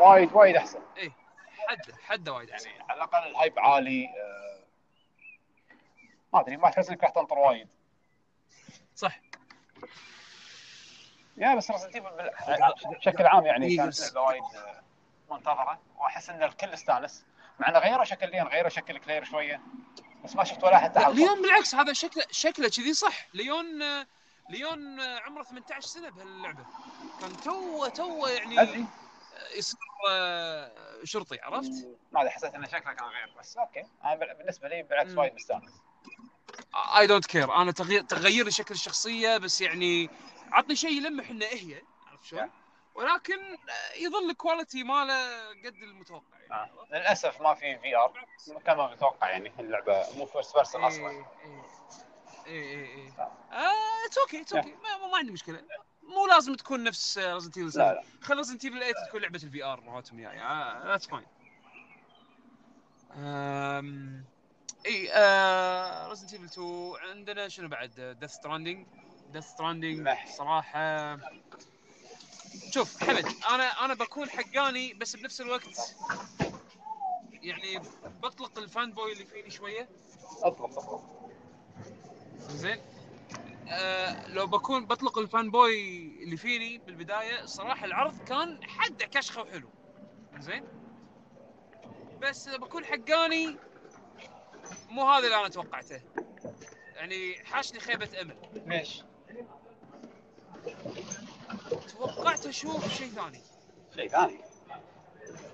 Speaker 3: وايد وايد احسن
Speaker 1: حده حده وايد يعني
Speaker 3: يعني على الاقل الهايب عالي آه، ما ادري ما تحس انك راح تنطر وايد
Speaker 1: صح
Speaker 3: يا بس رزنت بشكل عام يعني
Speaker 1: إيه،
Speaker 3: كانت
Speaker 1: بس-
Speaker 3: لعبه وايد آه، منتظره واحس ان الكل استانس مع انه غيروا شكل لين غيروا شكل كلير شويه بس ما شفت ولا حتى
Speaker 1: لا،
Speaker 3: حلقه
Speaker 1: ليون بالعكس هذا شكله شكله كذي صح ليون آه، ليون آه، عمره 18 سنه بهاللعبه كان تو تو يعني
Speaker 3: ادري
Speaker 1: آه، يصير آه، شرطي عرفت؟
Speaker 3: ما ادري حسيت ان شكله كان غير بس اوكي انا بال- بالنسبه لي بالعكس
Speaker 1: مم.
Speaker 3: وايد مستانس
Speaker 1: اي دونت كير انا تغيير تغير لي شكل الشخصيه بس يعني عطني شيء يلمح انه إيه هي عرفت شلون؟ ولكن آه، يظل الكواليتي ماله قد المتوقع إيه، يعني
Speaker 3: آه. للاسف ما في في ار كما متوقع يعني اللعبه مو فيرست بيرسون
Speaker 1: إيه،
Speaker 3: اصلا
Speaker 1: اي اي اي اتس اوكي اتس اوكي ما عندي مشكله مو لازم تكون نفس آه، رزنت ايفل
Speaker 3: لا لا
Speaker 1: خلي ريزنت ايفل 8 تكون لعبه الفي
Speaker 4: آه،
Speaker 1: ار مالتهم يعني ذاتس فاين
Speaker 4: اي آه ريزنت ايفل 2 عندنا شنو بعد ديث ستراندنج ديث ستراندنج
Speaker 3: مح.
Speaker 4: صراحه شوف حمد انا انا بكون حقاني بس بنفس الوقت يعني بطلق الفان بوي اللي فيني شويه
Speaker 3: اطلق اطلق
Speaker 4: زين آه لو بكون بطلق الفان بوي اللي فيني بالبدايه صراحه العرض كان حد كشخه وحلو زين بس إذا بكون حقاني مو هذا اللي انا توقعته يعني حاشني خيبه امل
Speaker 3: ليش؟
Speaker 4: توقعت اشوف شيء ثاني
Speaker 3: شيء ثاني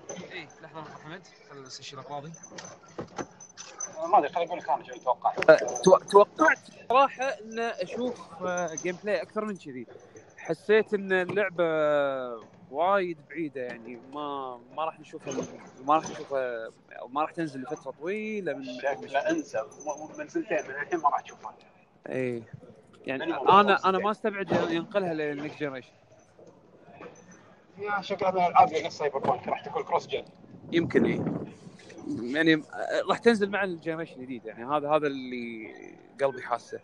Speaker 4: اي لحظه لحظه حمد خل بس اشيل اغراضي
Speaker 3: أنا ما ادري خليني اقول لك انا شو اللي توقعته
Speaker 1: أه، تو- توقعت صراحه ان اشوف آه، جيم بلاي اكثر من كذي حسيت ان اللعبه وايد بعيده يعني ما ما راح نشوفها ما راح نشوفها او ما راح تنزل لفتره طويله من
Speaker 3: شكله انسى م- م- من سنتين من الحين ما راح تشوفها
Speaker 1: اي يعني
Speaker 3: من هو؟
Speaker 1: انا انا ما استبعد ينقلها للنكست جنريشن
Speaker 3: يا شكلها من الالعاب اللي سايبر بانك راح تكون كروس جن
Speaker 1: يمكن اي يعني آه، راح تنزل مع الجنريشن الجديد يعني هذا هذا اللي قلبي حاسه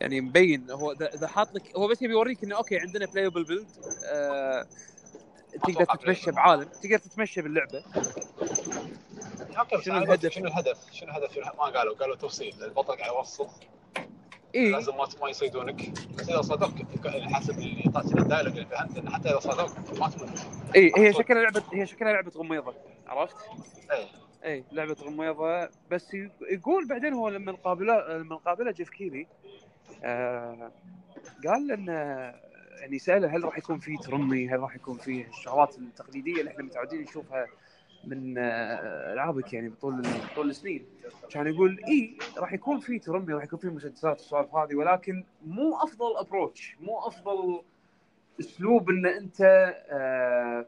Speaker 1: يعني مبين هو اذا إذا حاط لك هو بس يبي يوريك انه اوكي عندنا بلايبل بيلد آه تقدر
Speaker 3: أتوقع
Speaker 1: تتمشى
Speaker 3: playable.
Speaker 1: بعالم تقدر تتمشى باللعبه
Speaker 3: اوكي بس
Speaker 1: شنو
Speaker 3: أنا
Speaker 1: الهدف؟
Speaker 3: قلت شنو الهدف؟ شنو الهدف؟ شنو الهدف؟ ما قالوا قالوا تفصيل البطل قاعد يوصل
Speaker 1: اي
Speaker 3: لازم ما ما يصيدونك بس اذا صادوك حسب اللي طلعت الدايلوج اللي فهمت انه حتى اذا صادوك ما تموت
Speaker 1: اي إيه، هي شكلها لعبه هي شكلها لعبه غميضه عرفت؟
Speaker 3: إيه.
Speaker 1: اي لعبه غميضه بس ي- يقول بعدين هو لما نقابله لما نقابله جيف كيلي آه قال ان يعني ساله هل راح يكون في ترمي؟ هل راح يكون في الشغلات التقليديه اللي احنا متعودين نشوفها من آه، العابك يعني طول طول السنين كان يقول اي راح يكون في ترمي راح يكون في مسدسات والسوالف هذه ولكن مو افضل ابروتش مو افضل اسلوب ان انت آه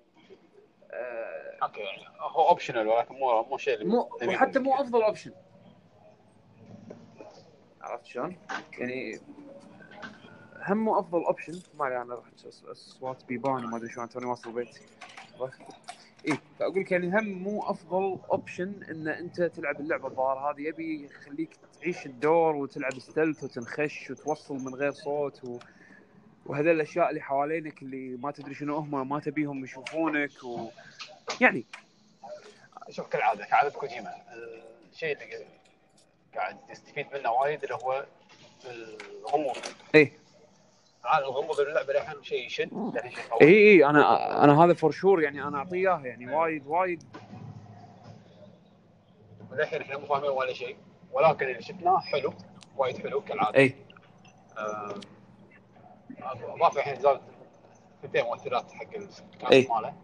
Speaker 1: آه
Speaker 3: اوكي يعني هو اوبشنال ولكن مو مو شيء اللي-
Speaker 1: مو
Speaker 3: اللي
Speaker 1: وحتى مو
Speaker 3: يقول.
Speaker 1: افضل اوبشن عرفت شلون؟ يعني هم مو افضل اوبشن ما علي انا رحت أس- اصوات بيبان وما ادري شلون توني واصل البيت اي فاقول لك يعني هم مو افضل اوبشن ان انت تلعب اللعبه الظاهر هذه يبي يخليك تعيش الدور وتلعب ستلث وتنخش وتوصل من غير صوت و... وهذا الاشياء اللي حوالينك اللي ما تدري شنو هم ما تبيهم يشوفونك و... يعني
Speaker 3: شوف كالعاده كعاده كوجيما الشيء اللي قاعد- قاعد يستفيد منه وايد اللي هو الغموض
Speaker 1: إيه.
Speaker 3: عالم الغموض اللعبه للحين شيء يشد للحين شيء قوي
Speaker 1: اي اي انا انا هذا فور شور يعني انا اعطيه اياه يعني وايد وايد
Speaker 3: للحين احنا مو فاهمين ولا شيء ولكن اللي شفناه حلو وايد حلو كالعاده
Speaker 1: اي
Speaker 3: آه، اضاف الحين زاد ثنتين مؤثرات حق
Speaker 1: إيه.
Speaker 3: الكاست ماله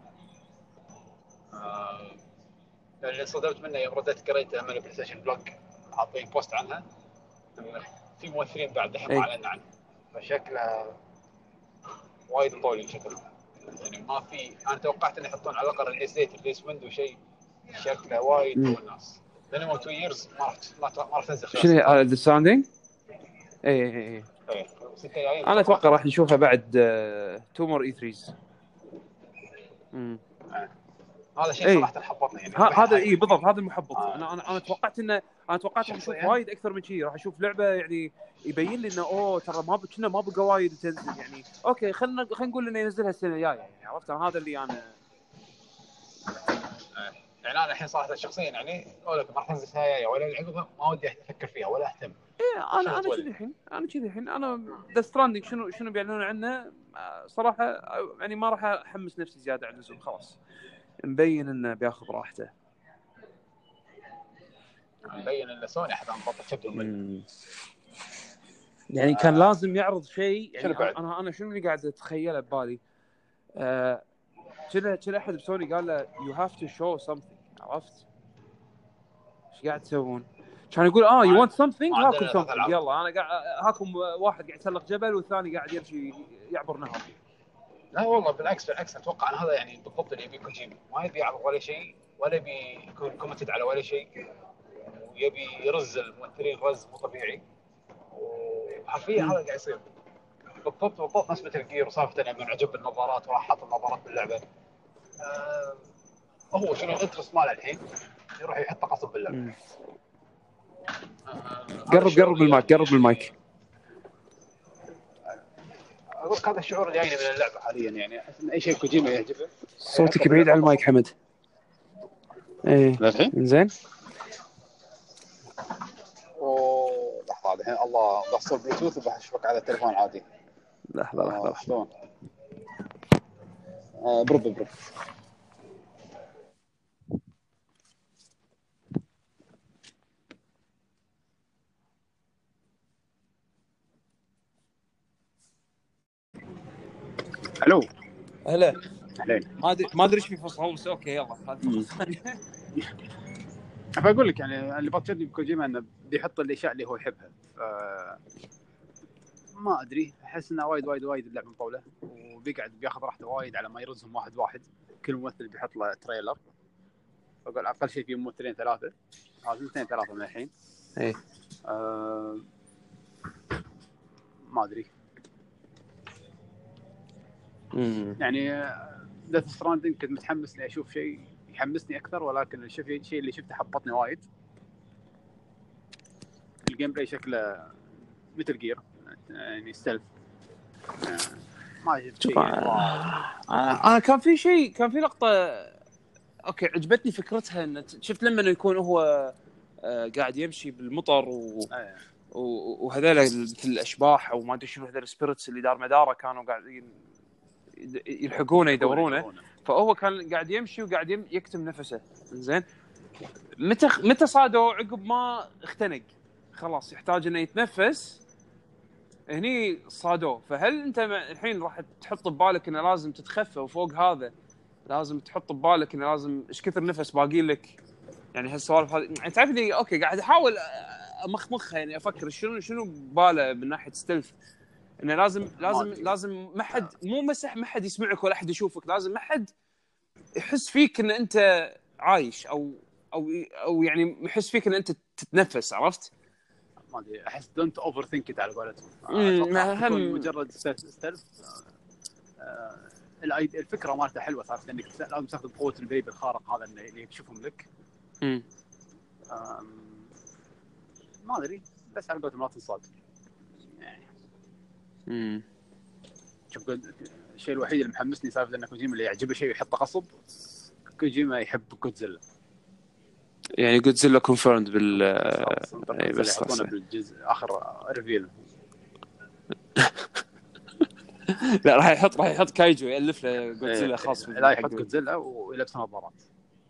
Speaker 3: آه، يعني اللي انصدمت منه يوم رديت قريت عمل بلاي ستيشن بلوج حاطين بوست عنها إنه في مؤثرين بعد الحين
Speaker 1: إيه.
Speaker 3: ما اعلنا عنه فشكله وايد مطول شكله يعني ما في انا توقعت انه يحطون على الاقل ريليس ديت ريليس ويندو شيء شكله وايد
Speaker 1: مم.
Speaker 3: مو الناس مينيموم 2 ييرز ما راح ما راح- ما راح تنزل خلاص.
Speaker 1: شنو هي آه، ذا ستاندينج؟ اي اي اي
Speaker 3: إيه. ستة جايين.
Speaker 1: انا اتوقع راح نشوفها بعد آه، تو مور اي 3
Speaker 3: هذا
Speaker 1: إيه.
Speaker 3: شيء صراحه حبطني يعني
Speaker 1: هذا اي بالضبط هذا المحبط
Speaker 3: آه.
Speaker 1: انا انا انا توقعت انه انا توقعت راح اشوف
Speaker 3: شخصياً.
Speaker 1: وايد اكثر من شيء راح اشوف لعبه يعني يبين لي انه اوه ترى ما ب- كنا ما بقى وايد تنزل يعني اوكي خلينا خلينا نقول انه ينزلها السنه الجايه يعني عرفت انا هذا اللي انا
Speaker 3: يعني انا الحين صراحه شخصيا يعني اقول لك ما راح انزل سايا يعني، ولا العقبه ما ودي افكر فيها ولا اهتم
Speaker 1: إيه، انا
Speaker 3: شنو
Speaker 1: انا
Speaker 3: تولي؟
Speaker 1: كذي الحين انا كذي الحين انا ذا ستراندنج شنو شنو بيعلنون عنه آه، صراحه آه، يعني ما راح احمس نفسي زياده عن اللزوم خلاص مبين انه بياخذ راحته آه.
Speaker 3: مبين ان سوني حتى مبطل شكله منه.
Speaker 1: يعني كان لازم يعرض شيء يعني
Speaker 3: شنو بعد؟
Speaker 1: انا انا شنو اللي قاعد اتخيله ببالي آه، كذا كذا احد بسوني قال له يو هاف تو شو something عرفت؟ ايش قاعد تسوون؟ كان يقول اه يو ونت something
Speaker 3: عندنا
Speaker 1: هاكم
Speaker 3: ثلاث
Speaker 1: something
Speaker 3: ألعاب.
Speaker 1: يلا انا قاعد هاكم واحد قاعد يتسلق جبل والثاني قاعد يمشي يعبر نهر
Speaker 3: لا والله بالعكس بالعكس اتوقع ان هذا يعني بالضبط اللي يبي كوجيما ما يبي يعرض ولا شيء ولا يبي يكون كومنتد على ولا شيء ويبي يرز الممثلين رز مو طبيعي وحرفيا
Speaker 1: مم.
Speaker 3: هذا قاعد يصير بالضبط بالضبط نفس مثل جير وسالفه انه منعجب بالنظارات وراح حاط النظارات باللعبه آه هو شنو الانترست ماله الحين يروح يحط قصب باللعبه
Speaker 1: قرب قرب المايك قرب المايك
Speaker 3: اقول لك هذا الشعور اللي جايني من اللعبه حاليا يعني احس ان اي شيء كوجيما يعجبه
Speaker 1: صوتك بعيد عن المايك حمد ايه
Speaker 3: للحين
Speaker 1: زين
Speaker 3: اوه لحظه الحين الله بحصل بلوتوث وبحشبك على تليفون عادي
Speaker 1: لحظه لحظه
Speaker 3: آه،
Speaker 1: لحظة.
Speaker 3: شلون؟ آه، برب برب الو
Speaker 1: هلا
Speaker 3: اهلين
Speaker 1: ما ادري ما ادري ايش في فصل بس اوكي يلا هذا فصل.
Speaker 3: فاقول لك يعني اللي بطلني بكوجيما انه بيحط الاشياء اللي هو يحبها ف ما ادري احس انه وايد وايد وايد اللعبه مطوله وبيقعد بياخذ راحته وايد على ما يرزهم واحد واحد كل ممثل بيحط له تريلر اقول اقل شيء في ممثلين ثلاثه لازم اثنين ثلاثه من الحين
Speaker 1: إيه.
Speaker 3: آه... ما ادري
Speaker 1: أمم.
Speaker 3: يعني ديث ستراندنج كنت متحمس اني اشوف شيء يحمسني اكثر ولكن الشيء الشيء اللي شفته حبطني وايد الجيم بلاي شكله مثل جير يعني ستيلث ما شفت شيء
Speaker 1: إيه،
Speaker 3: يعني واو.
Speaker 1: انا أنا آه، كان في شيء كان في لقطه اوكي عجبتني فكرتها ان ت- شفت لما إنه يكون هو آه، قاعد يمشي بالمطر و...
Speaker 3: إيه.
Speaker 1: و- وهذول مثل الاشباح او ما ادري شنو هذول السبيرتس اللي دار مداره كانوا قاعدين يد- يلحقونه يدورونه فهو كان قاعد يمشي وقاعد يم- يكتم نفسه زين متى متى صادوا عقب ما اختنق خلاص يحتاج انه يتنفس هني صادوه فهل انت مع- الحين راح تحط ببالك انه لازم تتخفى وفوق هذا لازم تحط ببالك انه لازم ايش كثر نفس باقي لك يعني هالسوالف هذه يعني تعرف اللي اوكي قاعد احاول امخمخها يعني افكر شنو شنو بباله من ناحيه ستيلث انه لازم لازم
Speaker 3: أدري.
Speaker 1: لازم ما حد مو مسح ما حد يسمعك ولا حد يشوفك لازم ما حد يحس فيك ان انت عايش او او او يعني يحس فيك ان انت تتنفس عرفت؟
Speaker 3: ما ادري احس دونت اوفر ثينك على قولتهم آه،
Speaker 1: أمم،
Speaker 3: أتوقع
Speaker 1: أهم.
Speaker 3: تكون مجرد آه، ستيلث الفكره مالته حلوه صارت انك لازم تستخدم قوه البيب الخارق هذا إنه- اللي يكشفهم لك أم، ما ادري بس على قولتهم لا تنصاد يعني
Speaker 1: امم
Speaker 3: شوف قول- الشيء الوحيد اللي محمسني سالفه ان كوجيما اللي يعجبه شيء ويحطه غصب كوجيما يحب جودزيلا
Speaker 1: يعني جودزيلا كونفيرمد بال
Speaker 3: خلاص،
Speaker 1: إي، آه، إيه، بس
Speaker 3: اللي يحطونه
Speaker 1: خلاص.
Speaker 3: بالجزء اخر ريفيل
Speaker 1: لا راح يحط راح يحط كايجو يالف له
Speaker 3: إيه،
Speaker 1: جودزيلا خاص
Speaker 3: لا يحط جودزيلا ويلبس نظارات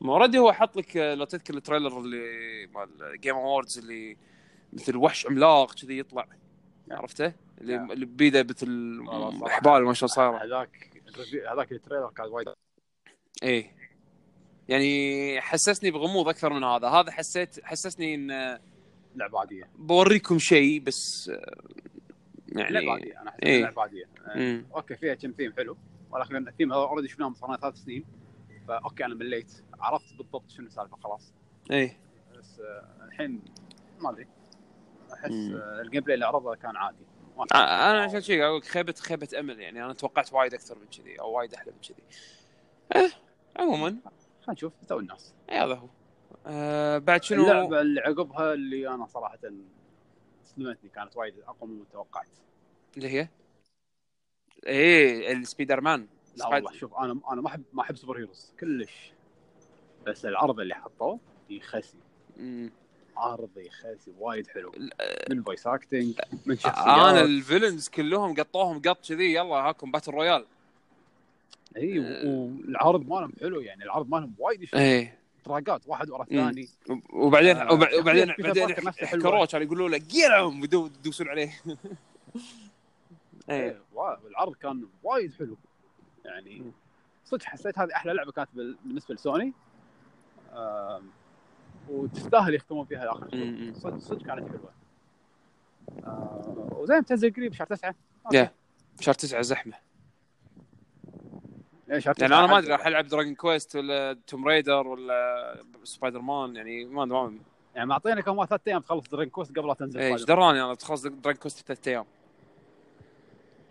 Speaker 1: ما اوريدي هو حط لك آه، لو تذكر التريلر اللي مال جيم اووردز اللي مثل وحش عملاق كذي يطلع عرفته؟ اللي
Speaker 3: نعم.
Speaker 1: اللي بيده مثل
Speaker 3: والله صراحة.
Speaker 1: احبال ما نعم. شلون صايره
Speaker 3: هذاك الريفيل- هذاك التريلر كان وايد
Speaker 1: ايه يعني حسسني بغموض اكثر من هذا هذا حسيت حسسني ان آه،
Speaker 3: لعبه عاديه
Speaker 1: بوريكم شيء بس آه،
Speaker 3: لعبه
Speaker 1: يعني
Speaker 3: عاديه انا احس
Speaker 1: إيه.
Speaker 3: إنها لعبه عاديه
Speaker 1: مم.
Speaker 3: اوكي فيها كم ثيم حلو ولكن الثيم هذا اوريدي شفناه صار لنا ثلاث سنين فاوكي انا مليت عرفت بالضبط شنو السالفه خلاص
Speaker 1: ايه
Speaker 3: بس آه، الحين ما ادري احس
Speaker 1: مم.
Speaker 3: آه، الجيم بلاي اللي عرضه كان عادي ما كان-
Speaker 1: ع- انا عشان كذي اقول لك خيبه خيبه امل يعني انا توقعت وايد اكثر من كذي او وايد احلى من كذي ايه عموما
Speaker 3: خلينا نشوف تو الناس
Speaker 1: إيه، هذا هو آه بعد شنو
Speaker 3: اللعبه اللي عقبها اللي انا صراحه صدمتني كانت وايد اقوى من توقعت
Speaker 1: اللي هي ايه السبايدر مان
Speaker 3: لا والله شوف انا انا ما احب ما احب سوبر هيروز كلش بس العرض اللي حطوه يخسي
Speaker 1: مم.
Speaker 3: عرض يخسي وايد حلو من فويس اكتنج
Speaker 1: آه،
Speaker 3: من شخصيات
Speaker 1: انا الفيلنز كلهم قطوهم قط كذي يلا هاكم باتل رويال
Speaker 3: اي و- والعرض مالهم حلو يعني العرض مالهم وايد يشوف
Speaker 1: ايه
Speaker 3: تراكات واحد ورا
Speaker 1: مم.
Speaker 3: الثاني
Speaker 1: وبعدين
Speaker 3: آه،
Speaker 1: وبع- وبعدين
Speaker 3: شخصية
Speaker 1: بعدين
Speaker 3: بيتر باركر نفسه حلوة.
Speaker 1: يحكروه كانوا يقولوا له جيرهم يدوسون عليه [LAUGHS] ايه
Speaker 3: إيه، وا- والعرض كان وايد حلو
Speaker 1: مم.
Speaker 3: يعني صدق حسيت هذه احلى لعبه كانت بال- بالنسبه لسوني آم، وتستاهل يختمون فيها الاخر شيء.
Speaker 1: مم.
Speaker 3: صدق صدق كانت حلوه آه، وزين بتنزل قريب شهر تسعه أوكي.
Speaker 1: يا. شهر تسعة زحمه
Speaker 3: إيه، شهر
Speaker 1: يعني انا ما ادري راح
Speaker 3: حلوة.
Speaker 1: العب دراجون كويست ولا توم ريدر ولا سبايدر مان يعني ما ادري ما- إيه،
Speaker 3: يعني معطينا كم ثلاث ايام تخلص درين كوست قبل لا تنزل
Speaker 1: ايش
Speaker 3: فايدر.
Speaker 1: دراني انا تخلص دراجون كويست ثلاث ايام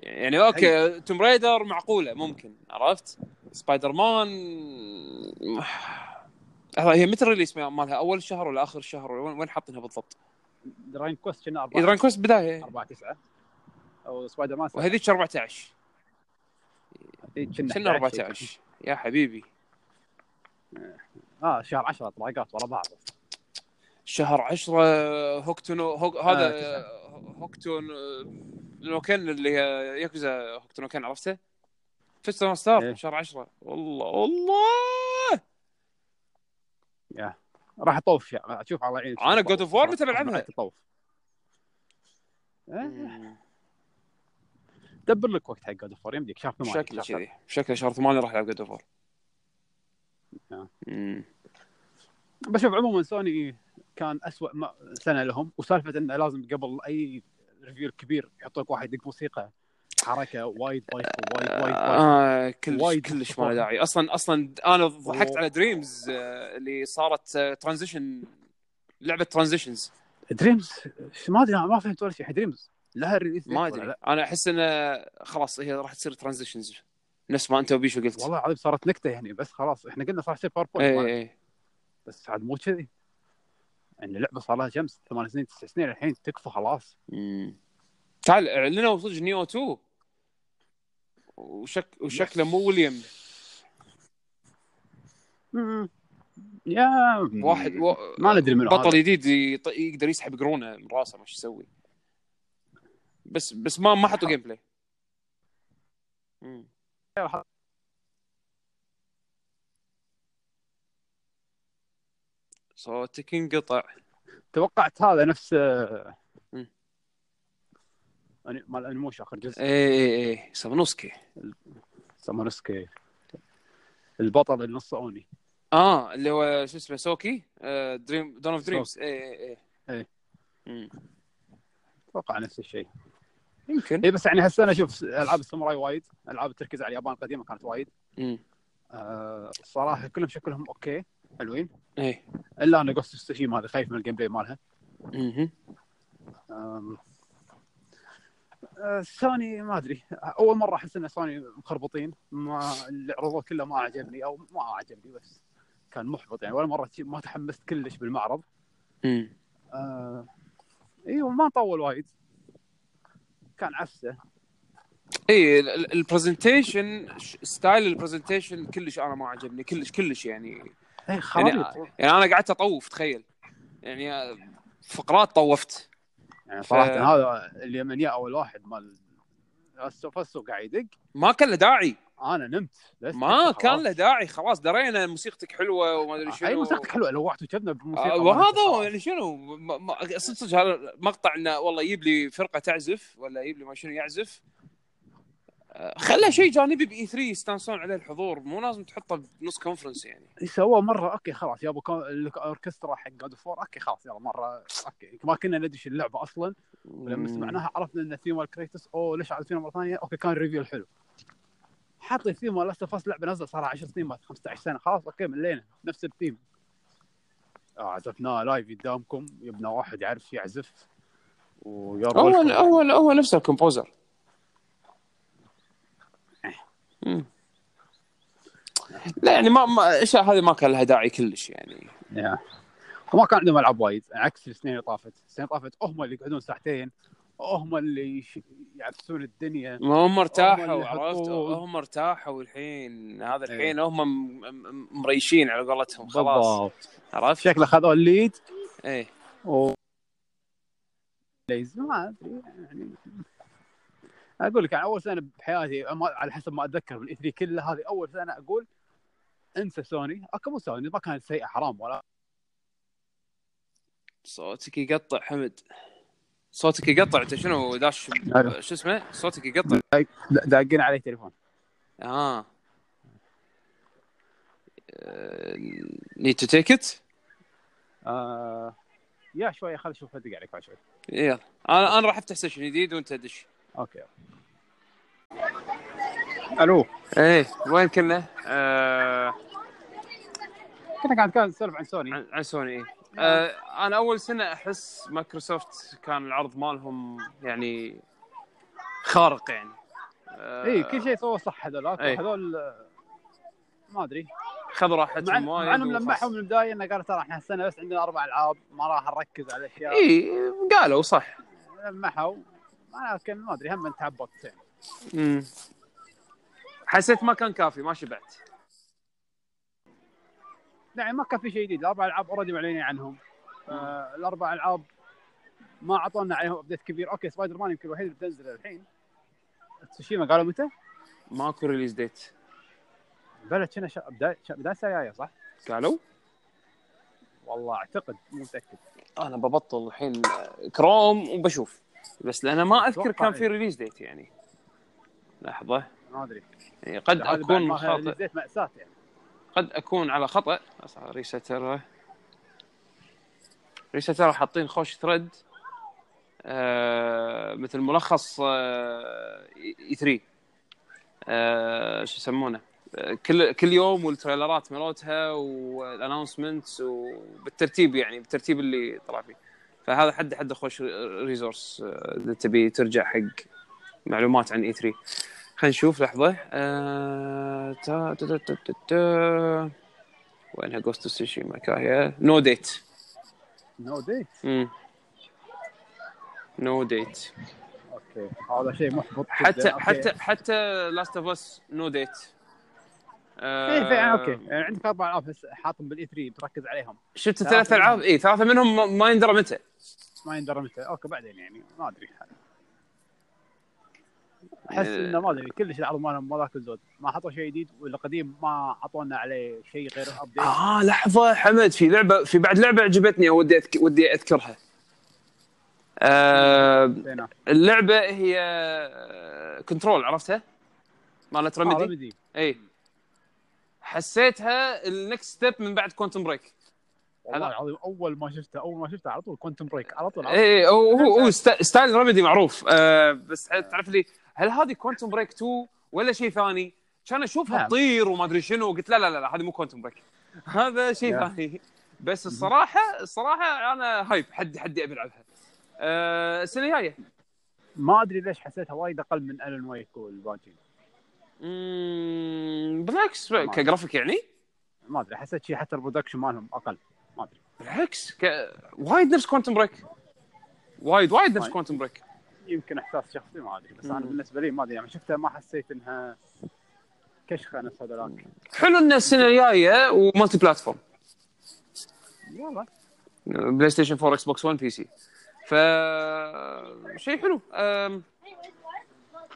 Speaker 1: يعني اوكي توم ريدر معقوله ممكن عرفت سبايدر مان لحظة، هي متى الريليس مالها اول شهر ولا اخر شهر ولا وين- وين حاطينها بالضبط؟ إيه،
Speaker 3: دراين كوست كنا 4
Speaker 1: دراين كوست بدايه
Speaker 3: 4 9 او سبايدر مان
Speaker 1: وهذيك 14
Speaker 3: هذيك إيه، كنا
Speaker 1: كنا 14 يا حبيبي
Speaker 3: اه شهر 10 طلاقات ورا بعض
Speaker 1: شهر 10 هوكتونو هوك هذا
Speaker 3: تسعة.
Speaker 1: آه، هوكتون نوكن اللي هي ياكوزا هوكتونوكن عرفته؟ فيستون
Speaker 3: إيه.
Speaker 1: ستار شهر 10 والله والله
Speaker 3: راح اطوف يا- اشوف على عيني
Speaker 1: أنا God of War متى بلعبها؟
Speaker 3: اطوف إيه، دبر لك وقت حق جود اوف يمديك شهر ثمانية
Speaker 1: شكله
Speaker 3: شهر
Speaker 1: كذي شكله شهر 8 راح يلعب جود اوف
Speaker 3: آه.
Speaker 1: امم
Speaker 3: بشوف عموما سوني كان اسوء ما سنه لهم وسالفه انه لازم قبل اي ريفيو كبير يحط لك واحد يدق موسيقى حركه وايد بايخ وايد وايد بايخ
Speaker 1: آه كلش
Speaker 3: وايد
Speaker 1: كلش
Speaker 3: صفر.
Speaker 1: ما له داعي اصلا اصلا انا ضحكت
Speaker 3: والله.
Speaker 1: على دريمز اللي صارت آه، ترانزيشن لعبه ترانزيشنز
Speaker 3: دريمز ما ادري أنا ما فهمت ولا شيء دريمز لها ريليز ديت
Speaker 1: ما
Speaker 3: ولا
Speaker 1: ادري
Speaker 3: لا؟
Speaker 1: انا احس انه خلاص هي راح تصير ترانزيشنز نفس ما انت وبيشو قلت إيه،
Speaker 3: والله العظيم صارت نكته يعني بس خلاص احنا قلنا صار شيء
Speaker 1: اي
Speaker 3: باوربوينت
Speaker 1: اي
Speaker 3: بس عاد مو كذي ان اللعبه صار لها شمس ثمان سنين تسع سنين الحين تكفى خلاص
Speaker 1: مم. تعال اعلنوا صدق نيو 2 وشك وشكله مو ويليام
Speaker 3: مم. يا
Speaker 1: واحد و...
Speaker 3: ما ندري منو
Speaker 1: بطل
Speaker 3: هذا.
Speaker 1: جديد يط- يقدر يسحب قرونه من راسه ما شو يسوي بس بس ما ما حطوا جيم بلاي مم. صوتك انقطع
Speaker 3: توقعت هذا نفس آه،
Speaker 1: مم. إيه.
Speaker 3: أني- مال انموش اخر جزء
Speaker 1: اي اي اي سامونوسكي
Speaker 3: سامونسكي البطل النص اوني
Speaker 1: اه اللي هو شو اسمه سوكي آه دريم دون اوف دريمز اي اي اي
Speaker 3: إيه.
Speaker 1: مم.
Speaker 3: اتوقع نفس الشيء
Speaker 1: يمكن
Speaker 3: اي بس يعني هسه انا اشوف العاب الساموراي وايد العاب التركيز على اليابان القديمه كانت وايد
Speaker 1: مم.
Speaker 3: آه، الصراحه كلهم شكلهم اوكي حلوين
Speaker 1: اي
Speaker 3: الا انا قصة تسوشيما هذا خايف من الجيم بلاي مالها
Speaker 1: مهم.
Speaker 3: آم، آه، سوني ما ادري اول مره احس ان سوني مخربطين ما اللي عرضوه كله ما عجبني او ما عجبني بس كان محبط يعني ولا مره شي- ما تحمست كلش بالمعرض
Speaker 1: مم.
Speaker 3: آه، ايوه ما طول وايد كان إيه، عفسه
Speaker 1: اي إيه، ال- ال- البرزنتيشن ش- ستايل البرزنتيشن كلش انا ما عجبني كلش كلش يعني
Speaker 3: اي خرابيط
Speaker 1: يعني انا قعدت اطوف تخيل يعني آه، فقرات طوفت
Speaker 3: يعني صراحه
Speaker 1: ف-
Speaker 3: هذا اليمنيه اول واحد مال السوفاسو قاعد يدق
Speaker 1: ما كان له داعي
Speaker 3: انا نمت بس
Speaker 1: ما
Speaker 3: خلاص. آه،
Speaker 1: كان له داعي خلاص درينا موسيقتك حلوه وما ادري شنو
Speaker 3: اي موسيقتك حلوه لو وعدت وجبنا بموسيقى
Speaker 1: آه، وهذا هو يعني شنو ما- ما- صدق صدق هذا مقطع انه والله يجيب لي فرقه تعزف ولا يجيب لي ما شنو يعزف آه، خله شيء جانبي باي 3 يستانسون عليه الحضور مو لازم تحطه بنص كونفرنس يعني
Speaker 3: سوى مره اوكي خلاص يابا كان- الاوركسترا حق جاد فور اوكي خلاص يلا مره اوكي ما كنا ندري شو اللعبه اصلا ولما سمعناها عرفنا ان الثيم مال كريتوس اوه ليش عاد فينا مره ثانيه اوكي كان ريفيو الحلو حاط الثيم مال لاست اوف لعبه نزل صار لها 10 سنين ما 15 سنه خلاص اوكي ملينا نفس الثيم آه، عزفناه لايف قدامكم يبنا واحد يعرف يعزف ويا
Speaker 1: هو
Speaker 3: رولكم.
Speaker 1: هو هو نفسه الكومبوزر
Speaker 3: إيه.
Speaker 1: مم. لا يعني ما ما الاشياء هذه ما كان لها داعي كلش يعني
Speaker 3: يا. وما كان عندهم العاب وايد عكس السنين اللي طافت، السنين اللي طافت هم اللي يقعدون ساعتين هم اللي يش- يعفسون الدنيا
Speaker 1: ما هم
Speaker 3: هم
Speaker 1: ارتاحوا
Speaker 3: اللي
Speaker 1: عرفت
Speaker 3: يحطون.
Speaker 1: هم ارتاحوا الحين هذا
Speaker 3: إيه.
Speaker 1: الحين هم م- م- مريشين على قولتهم خلاص
Speaker 3: بالضبط.
Speaker 1: عرفت؟
Speaker 3: شكله خذوا الليد
Speaker 1: ايه
Speaker 3: و ليز ما ادري يعني اقول لك يعني اول سنه بحياتي أما- على حسب ما اتذكر بالاي 3 كلها هذه اول سنه اقول انسى سوني اوكي مو سوني ما كانت سيئه حرام ولا
Speaker 1: صوتك يقطع حمد صوتك يقطع انت شنو داش
Speaker 3: ألو.
Speaker 1: شو اسمه صوتك يقطع
Speaker 3: داقين علي تليفون
Speaker 1: اه نيد تو تيك ات
Speaker 3: آه... يا شوي خل اشوف ادق عليك بعد شوي
Speaker 1: يلا انا انا راح افتح سيشن جديد وانت دش
Speaker 3: اوكي الو إيه.
Speaker 1: ايه وين كنا؟ آه
Speaker 3: كنا قاعد كان نسولف عن سوني
Speaker 1: عن عن سوني إيه. آه انا اول سنه احس مايكروسوفت كان العرض مالهم يعني خارق يعني آه
Speaker 3: إيه، اي كل شيء سووه صح هذول
Speaker 1: إي.
Speaker 3: هذول آه، ما ادري
Speaker 1: خذ راحتهم
Speaker 3: مع إن-
Speaker 1: وايد
Speaker 3: مع انهم
Speaker 1: وخلاص.
Speaker 3: لمحوا من البدايه انه قالوا ترى احنا السنه بس عندنا اربع العاب ما راح نركز على اشياء
Speaker 1: اي إيه، قالوا صح
Speaker 3: لمحوا انا كان ما ادري هم تعبطت يعني.
Speaker 1: مم. حسيت ما كان كافي ما شبعت
Speaker 3: يعني ما كان في شيء جديد الاربع العاب اوريدي معلنين عنهم آه الاربع العاب ما اعطونا عليهم ابديت كبير اوكي سبايدر مان يمكن الوحيد اللي بتنزل الحين تسوشيما قالوا متى؟
Speaker 1: ماكو ريليز ديت
Speaker 3: بلى كنا شا- بدايه شا- بدايه السنة الجايه صح؟
Speaker 1: قالوا
Speaker 3: والله اعتقد مو متاكد
Speaker 1: انا ببطل الحين كروم وبشوف بس لأن ما اذكر
Speaker 3: أتوقع
Speaker 1: كان في ريليز ديت يعني لحظه
Speaker 3: ما ادري
Speaker 1: يعني قد
Speaker 3: هذا بعد
Speaker 1: اكون
Speaker 3: ما
Speaker 1: خاطئ
Speaker 3: نزلت ماساه يعني
Speaker 1: قد اكون على خطا ريستر ريستر حاطين خوش ثريد آه مثل ملخص آه اي 3 آه شو يسمونه آه، كل كل يوم والتريلرات مالتها والانونسمنتس وبالترتيب يعني بالترتيب اللي طلع فيه فهذا حد حد خوش ريسورس آه، اذا تبي ترجع حق معلومات عن اي 3 خلينا نشوف لحظه آه... تا... تا... تا... تا... تا... تا... وينها جوست سوشيما كاهيا نو ديت
Speaker 3: نو ديت
Speaker 1: نو ديت
Speaker 3: اوكي هذا شيء محبط
Speaker 1: حتى
Speaker 3: جداً. أوكي.
Speaker 1: حتى حتى لاست اوف اس نو ديت آه،
Speaker 3: ايه فعلا اوكي يعني عندك اربع العاب هسه حاطهم بالاي 3 بتركز عليهم
Speaker 1: شفت
Speaker 3: ثلاثة إيه.
Speaker 1: ثلاث العاب اي ثلاثه منهم ما- ما يندرى متى
Speaker 3: ما يندرى متى اوكي بعدين يعني ما ادري احس انه ما ادري كلش العرض مالهم ما ذاك الزود ما حطوا شيء جديد والقديم ما اعطونا عليه شيء غير ابديت
Speaker 1: اه لحظه حمد في لعبه في بعد لعبه عجبتني ودي أذك... ودي اذكرها آه...
Speaker 3: زينا.
Speaker 1: اللعبه هي كنترول عرفتها مالت
Speaker 3: آه،
Speaker 1: رمدي
Speaker 3: رمدي
Speaker 1: اي حسيتها النكست ستيب من بعد كوانتم بريك
Speaker 3: والله
Speaker 1: هلا.
Speaker 3: العظيم اول ما شفته اول ما شفته على طول كوانتم بريك على طول على طول.
Speaker 1: اي إيه، هو هو هو ستا- ستايل رمدي معروف آه بس تعرف لي هل هذه كوانتم بريك 2 ولا شيء ثاني؟ كان اشوفها
Speaker 3: نعم.
Speaker 1: تطير وما ادري شنو قلت لا لا لا, لا هذه مو كوانتم بريك [LAUGHS] هذا شيء
Speaker 3: نعم.
Speaker 1: ثاني بس الصراحه الصراحه انا هايب حد حدي ابي العبها آه السنه الجايه
Speaker 3: ما ادري ليش حسيتها وايد اقل من الن ويك والباجين
Speaker 1: مم، بالعكس كجرافيك يعني
Speaker 3: ما ادري حسيت شيء حتى البرودكشن مالهم اقل ما ادري
Speaker 1: بالعكس ك... وايد نفس كوانتم بريك وايد وايد نفس
Speaker 3: وايد.
Speaker 1: كوانتم بريك
Speaker 3: يمكن احساس شخصي ما ادري بس انا
Speaker 1: مم.
Speaker 3: بالنسبه لي ما ادري يعني شفتها ما حسيت انها كشخه نفس هذولاك
Speaker 1: حلو ان السنه الجايه ومالتي بلاتفورم
Speaker 3: يلا
Speaker 1: بلاي ستيشن 4 اكس بوكس 1 بي سي ف شيء حلو أم...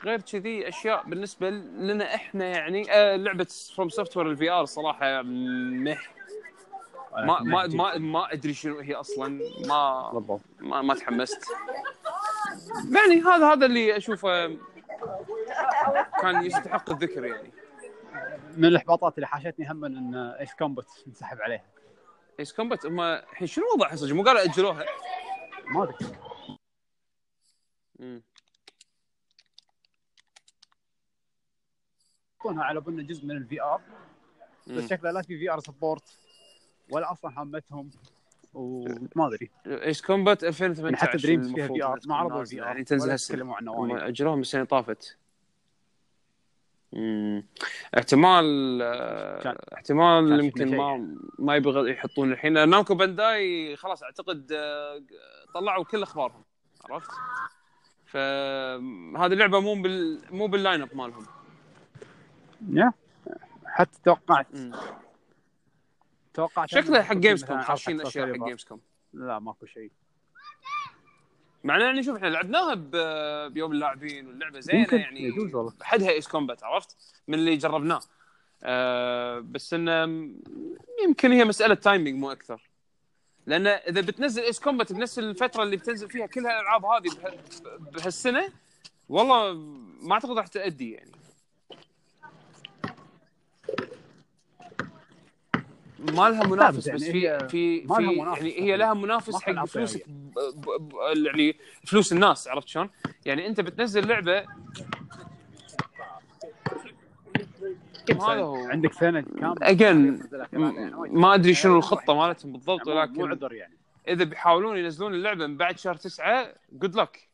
Speaker 1: غير كذي اشياء بالنسبه لنا احنا يعني أه لعبه فروم سوفت وير الفي ار صراحه مح ما ما ما, ما ادري شنو هي اصلا ما
Speaker 3: بالضبط
Speaker 1: ما, ما تحمست يعني هذا هذا اللي اشوفه كان يستحق الذكر يعني
Speaker 3: من الاحباطات اللي حاشتني هم ان ايس كومبت انسحب عليها
Speaker 1: ايس كومبات هم الحين شنو وضعها صدق مو قالوا اجلوها
Speaker 3: ما ادري
Speaker 1: مم.
Speaker 3: يحطونها على بنا جزء من الفي ار
Speaker 1: مم.
Speaker 3: بس شكله لا في في ار سبورت ولا اصلا هامتهم وما ادري
Speaker 1: ايس كومبات
Speaker 3: يعني
Speaker 1: 2018
Speaker 3: حتى دريمز فيها
Speaker 1: المفروض
Speaker 3: في ار
Speaker 1: إنها
Speaker 3: ما عرضوا
Speaker 1: نازلة،
Speaker 3: الفي ار
Speaker 1: يعني تنزل هسه
Speaker 3: تكلموا عنه
Speaker 1: هم
Speaker 3: وايد
Speaker 1: اجلوهم السنه اللي طافت مم. احتمال آه،
Speaker 3: كان- كان
Speaker 1: احتمال
Speaker 3: في
Speaker 1: يمكن
Speaker 3: شيء.
Speaker 1: ما ما يبغى يحطون الحين لأن نامكو بانداي خلاص اعتقد آه، طلعوا كل اخبارهم عرفت؟ فهذه اللعبه مو بال مو باللاين اب مالهم
Speaker 3: يا. نعم. حتى توقعت
Speaker 1: مم.
Speaker 3: توقعت
Speaker 1: شكله حق جيمز كوم
Speaker 3: مثلاً
Speaker 1: حاشين
Speaker 3: عرض
Speaker 1: اشياء حق
Speaker 3: Xbox.
Speaker 1: جيمز كوم
Speaker 3: لا ماكو شيء
Speaker 1: معناه يعني شوف احنا لعبناها ب- بيوم اللاعبين واللعبه زينه
Speaker 3: يمكن
Speaker 1: يعني
Speaker 3: يجوز والله
Speaker 1: حدها ايس كومبات عرفت من اللي جربناه آه بس انه م- يمكن هي مساله تايمينج مو اكثر لان اذا بتنزل ايس كومبات بنفس الفتره اللي بتنزل فيها كل هالالعاب هذه بها- بهالسنه والله ما اعتقد راح تادي يعني ما لها منافس
Speaker 3: لا، بس
Speaker 1: بس
Speaker 3: يعني
Speaker 1: في في
Speaker 3: هي- ما لها
Speaker 1: في
Speaker 3: منافس
Speaker 1: يعني هي لها منافس
Speaker 3: ما
Speaker 1: حق
Speaker 3: خلعت
Speaker 1: فلوس
Speaker 3: فيها
Speaker 1: ب- ب- ب- يعني فلوس الناس عرفت شلون؟ يعني انت بتنزل لعبه كم هذا هو
Speaker 3: عندك سنه كامله
Speaker 1: Again،
Speaker 3: نزلها خلال يعني وايد.
Speaker 1: م- ما ادري شنو الخطه مالتهم بالضبط
Speaker 3: يعني مو- مو
Speaker 1: ولكن
Speaker 3: عذر يعني
Speaker 1: اذا بيحاولون ينزلون اللعبه من بعد شهر تسعة جود لك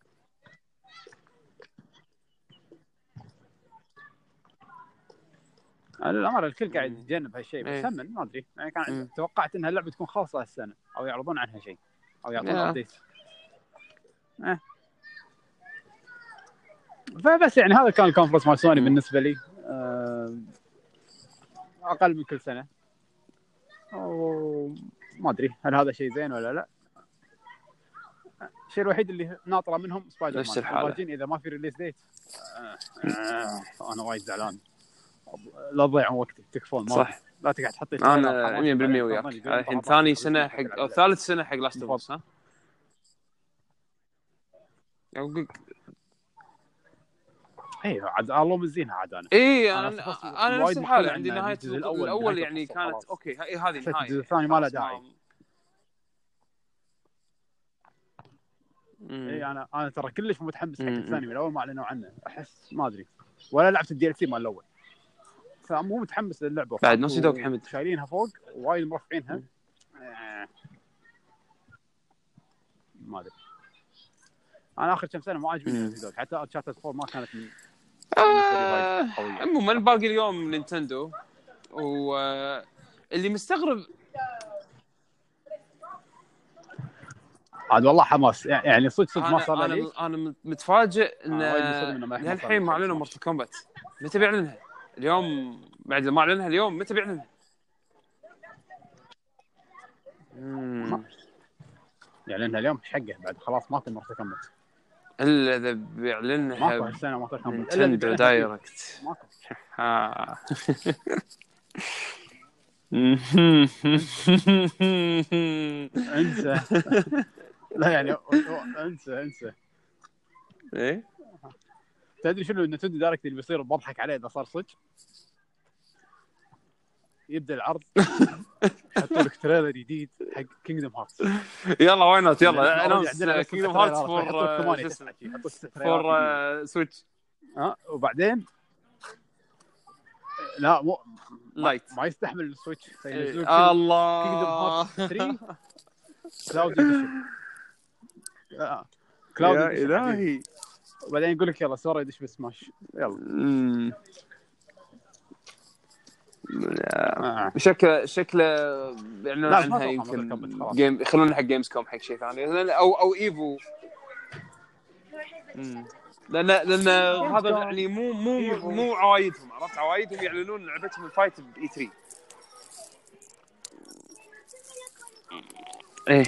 Speaker 3: انا للامانه الكل قاعد يتجنب هالشيء بس
Speaker 1: إيه.
Speaker 3: هم ما ادري يعني
Speaker 1: مم.
Speaker 3: كان توقعت انها اللعبه تكون خاصه هالسنه او يعرضون عنها شيء او يعطون
Speaker 1: آه.
Speaker 3: ابديت فبس يعني هذا كان الكونفرنس مال سوني
Speaker 1: مم.
Speaker 3: بالنسبه لي آه، اقل من كل سنه وما ادري هل هذا شيء زين ولا لا الشيء الوحيد اللي ناطره منهم سبايدر
Speaker 1: نفس
Speaker 3: مان.
Speaker 1: الحالة.
Speaker 3: الراجين اذا ما في ريليز ديت انا آه، وايد زعلان لا تضيعون وقتي تكفون ما
Speaker 1: صح
Speaker 3: لا تقعد تحط لي تريلر
Speaker 1: انا
Speaker 3: حماس
Speaker 1: 100%
Speaker 3: بعدين
Speaker 1: وياك
Speaker 3: تفضل يقول
Speaker 1: الحين
Speaker 3: لك
Speaker 1: ثاني
Speaker 3: بعد
Speaker 1: سنه
Speaker 3: بعد
Speaker 1: حق
Speaker 3: بعد
Speaker 1: او
Speaker 3: بعد.
Speaker 1: ثالث سنه حق لاست اوف ها يعني
Speaker 3: اي إيه، عاد اللهم زينها عاد انا
Speaker 1: اي
Speaker 3: أنا
Speaker 1: انا
Speaker 3: خلاص
Speaker 1: انا
Speaker 3: وايد
Speaker 1: إيه، نفس الحاله
Speaker 3: مقتنع
Speaker 1: عندي
Speaker 3: إن
Speaker 1: نهايه
Speaker 3: الجزء الأول
Speaker 1: الاول
Speaker 3: نهاية
Speaker 1: يعني
Speaker 3: القصة
Speaker 1: كانت
Speaker 3: خلاص.
Speaker 1: اوكي ه- هذه
Speaker 3: حسيت
Speaker 1: النهايه
Speaker 3: الجزء الثاني ما له
Speaker 1: خلاص
Speaker 3: داعي.
Speaker 1: مم.
Speaker 3: اي انا انا إيه، ترى كلش متحمس حق
Speaker 1: مم.
Speaker 3: الثاني من اول ما اعلنوا عنه احس ما ادري ولا لعبت الدي ال سي مال الاول فمو متحمس للعبه
Speaker 1: بعد نوسي دوغ حمد.
Speaker 3: شايلينها فوق وايد مرفعينها
Speaker 1: مم.
Speaker 3: آه. ما ادري انا اخر كم سنه ما عاجبني
Speaker 1: مم.
Speaker 3: نوسي دوغ حتى تشارتر 4 ما كانت من-
Speaker 1: آه،
Speaker 3: بالنسبة لي وايد قوية.
Speaker 1: عموما باقي اليوم نينتندو واللي مستغرب
Speaker 3: عاد والله حماس يعني- يعني صدق صدق ما
Speaker 1: انا
Speaker 3: صار لي
Speaker 1: انا انا متفاجئ ان
Speaker 3: أنا وايد مستغرب إنه ما يحمل
Speaker 1: للحين ما
Speaker 3: صار لي
Speaker 1: اعلنوا
Speaker 3: Xbox.
Speaker 1: مورتل كومبات متى بيعلنها؟ اليوم بعد ما اعلنها اليوم متى بيعلنها؟ مم.
Speaker 3: يعني انها اليوم مش حقه بعد خلاص ما تم تكملت
Speaker 1: الا اذا
Speaker 3: ماكو
Speaker 1: بيعلنها
Speaker 3: هالسنه ما تكملت
Speaker 1: نينتندو دايركت
Speaker 3: ماكو
Speaker 1: آه.
Speaker 3: [LAUGHS] انسى
Speaker 1: [LAUGHS]
Speaker 3: لا يعني انسى انسى
Speaker 1: ايه
Speaker 3: تدري شنو النتندو دايركت اللي بيصير بضحك عليه اذا صار صدق
Speaker 1: [LAUGHS]
Speaker 3: يبدا العرض يحطوا لك تريلر جديد حق كينجدم هارتس
Speaker 1: يلا واي نوت يلا
Speaker 3: يعني already
Speaker 1: انونس
Speaker 3: عندنا
Speaker 1: كينجدم
Speaker 3: بس
Speaker 1: هارتس
Speaker 3: تريلر،
Speaker 1: فور
Speaker 3: يحطوا لك
Speaker 1: آه،
Speaker 3: ثمانية،
Speaker 1: شو اسمه آه.
Speaker 3: تسعة شي، يحطوا لك تسع تريلرات
Speaker 1: فور سويتش
Speaker 3: ها وبعدين لا مو
Speaker 1: لايت
Speaker 3: ما يستحمل السويتش طيب،
Speaker 1: إيه،
Speaker 3: فينزلون كينجدم
Speaker 1: الله
Speaker 3: هارتس
Speaker 1: [LAUGHS]
Speaker 3: 3 كلاود اديشن كلاود
Speaker 1: يا
Speaker 3: Edition.
Speaker 1: الهي
Speaker 3: وبعدين يقول لك يلا سوري دش بسماش يلا
Speaker 1: أمم.
Speaker 3: آه.
Speaker 1: شكله شكله يعلنون
Speaker 3: لا، بس ما
Speaker 1: عنها
Speaker 3: أتوقع
Speaker 1: يمكن
Speaker 3: مرتبط، خلاص.
Speaker 1: جيم يخلونها حق جيمز كوم حق شيء ثاني لأن- او او ايفو أمم. لان لان هذا
Speaker 3: كوم.
Speaker 1: يعني مو مو
Speaker 3: إيفو.
Speaker 1: مو عوايدهم عرفت عوايدهم يعلنون لعبتهم E الفايت باي 3 ايه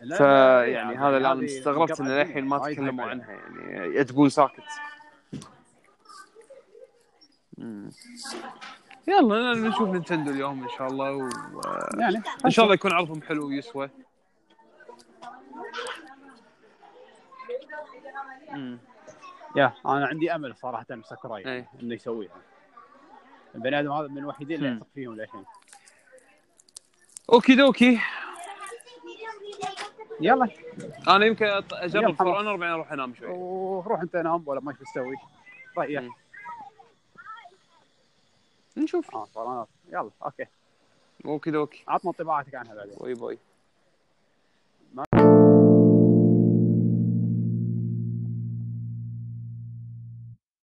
Speaker 3: لا، لا، يعني
Speaker 1: فيعني يعني هذا اللي انا
Speaker 3: هذه
Speaker 1: استغربت ان
Speaker 3: مقاطعة
Speaker 1: للحين ما
Speaker 3: وايد هايب
Speaker 1: تكلموا
Speaker 3: عليها.
Speaker 1: عنها يعني يتبون ساكت مم. يلا ن- نشوف نينتندو اليوم ان شاء الله و...
Speaker 3: يعني
Speaker 1: ان شاء الله يكون عرضهم حلو ويسوى مم.
Speaker 3: يا انا عندي امل صراحه بساكوراي
Speaker 1: إيه.
Speaker 3: انه يسويها البني ادم هذا من الوحيدين
Speaker 1: مم.
Speaker 3: اللي اثق فيهم للحين
Speaker 1: اوكي دوكي
Speaker 3: يلا
Speaker 1: انا يمكن أط-
Speaker 3: يلا
Speaker 1: اجرب
Speaker 3: خلاص.
Speaker 1: فور اونر بعدين اروح انام شوي
Speaker 3: وروح انت نام ولا ما شو تسوي طيب،
Speaker 1: مم.
Speaker 3: رأيك
Speaker 1: نشوف
Speaker 3: اه صراحة. يلا اوكي
Speaker 1: اوكي دوكي
Speaker 3: عطنا انطباعاتك عنها بعدين
Speaker 1: باي باي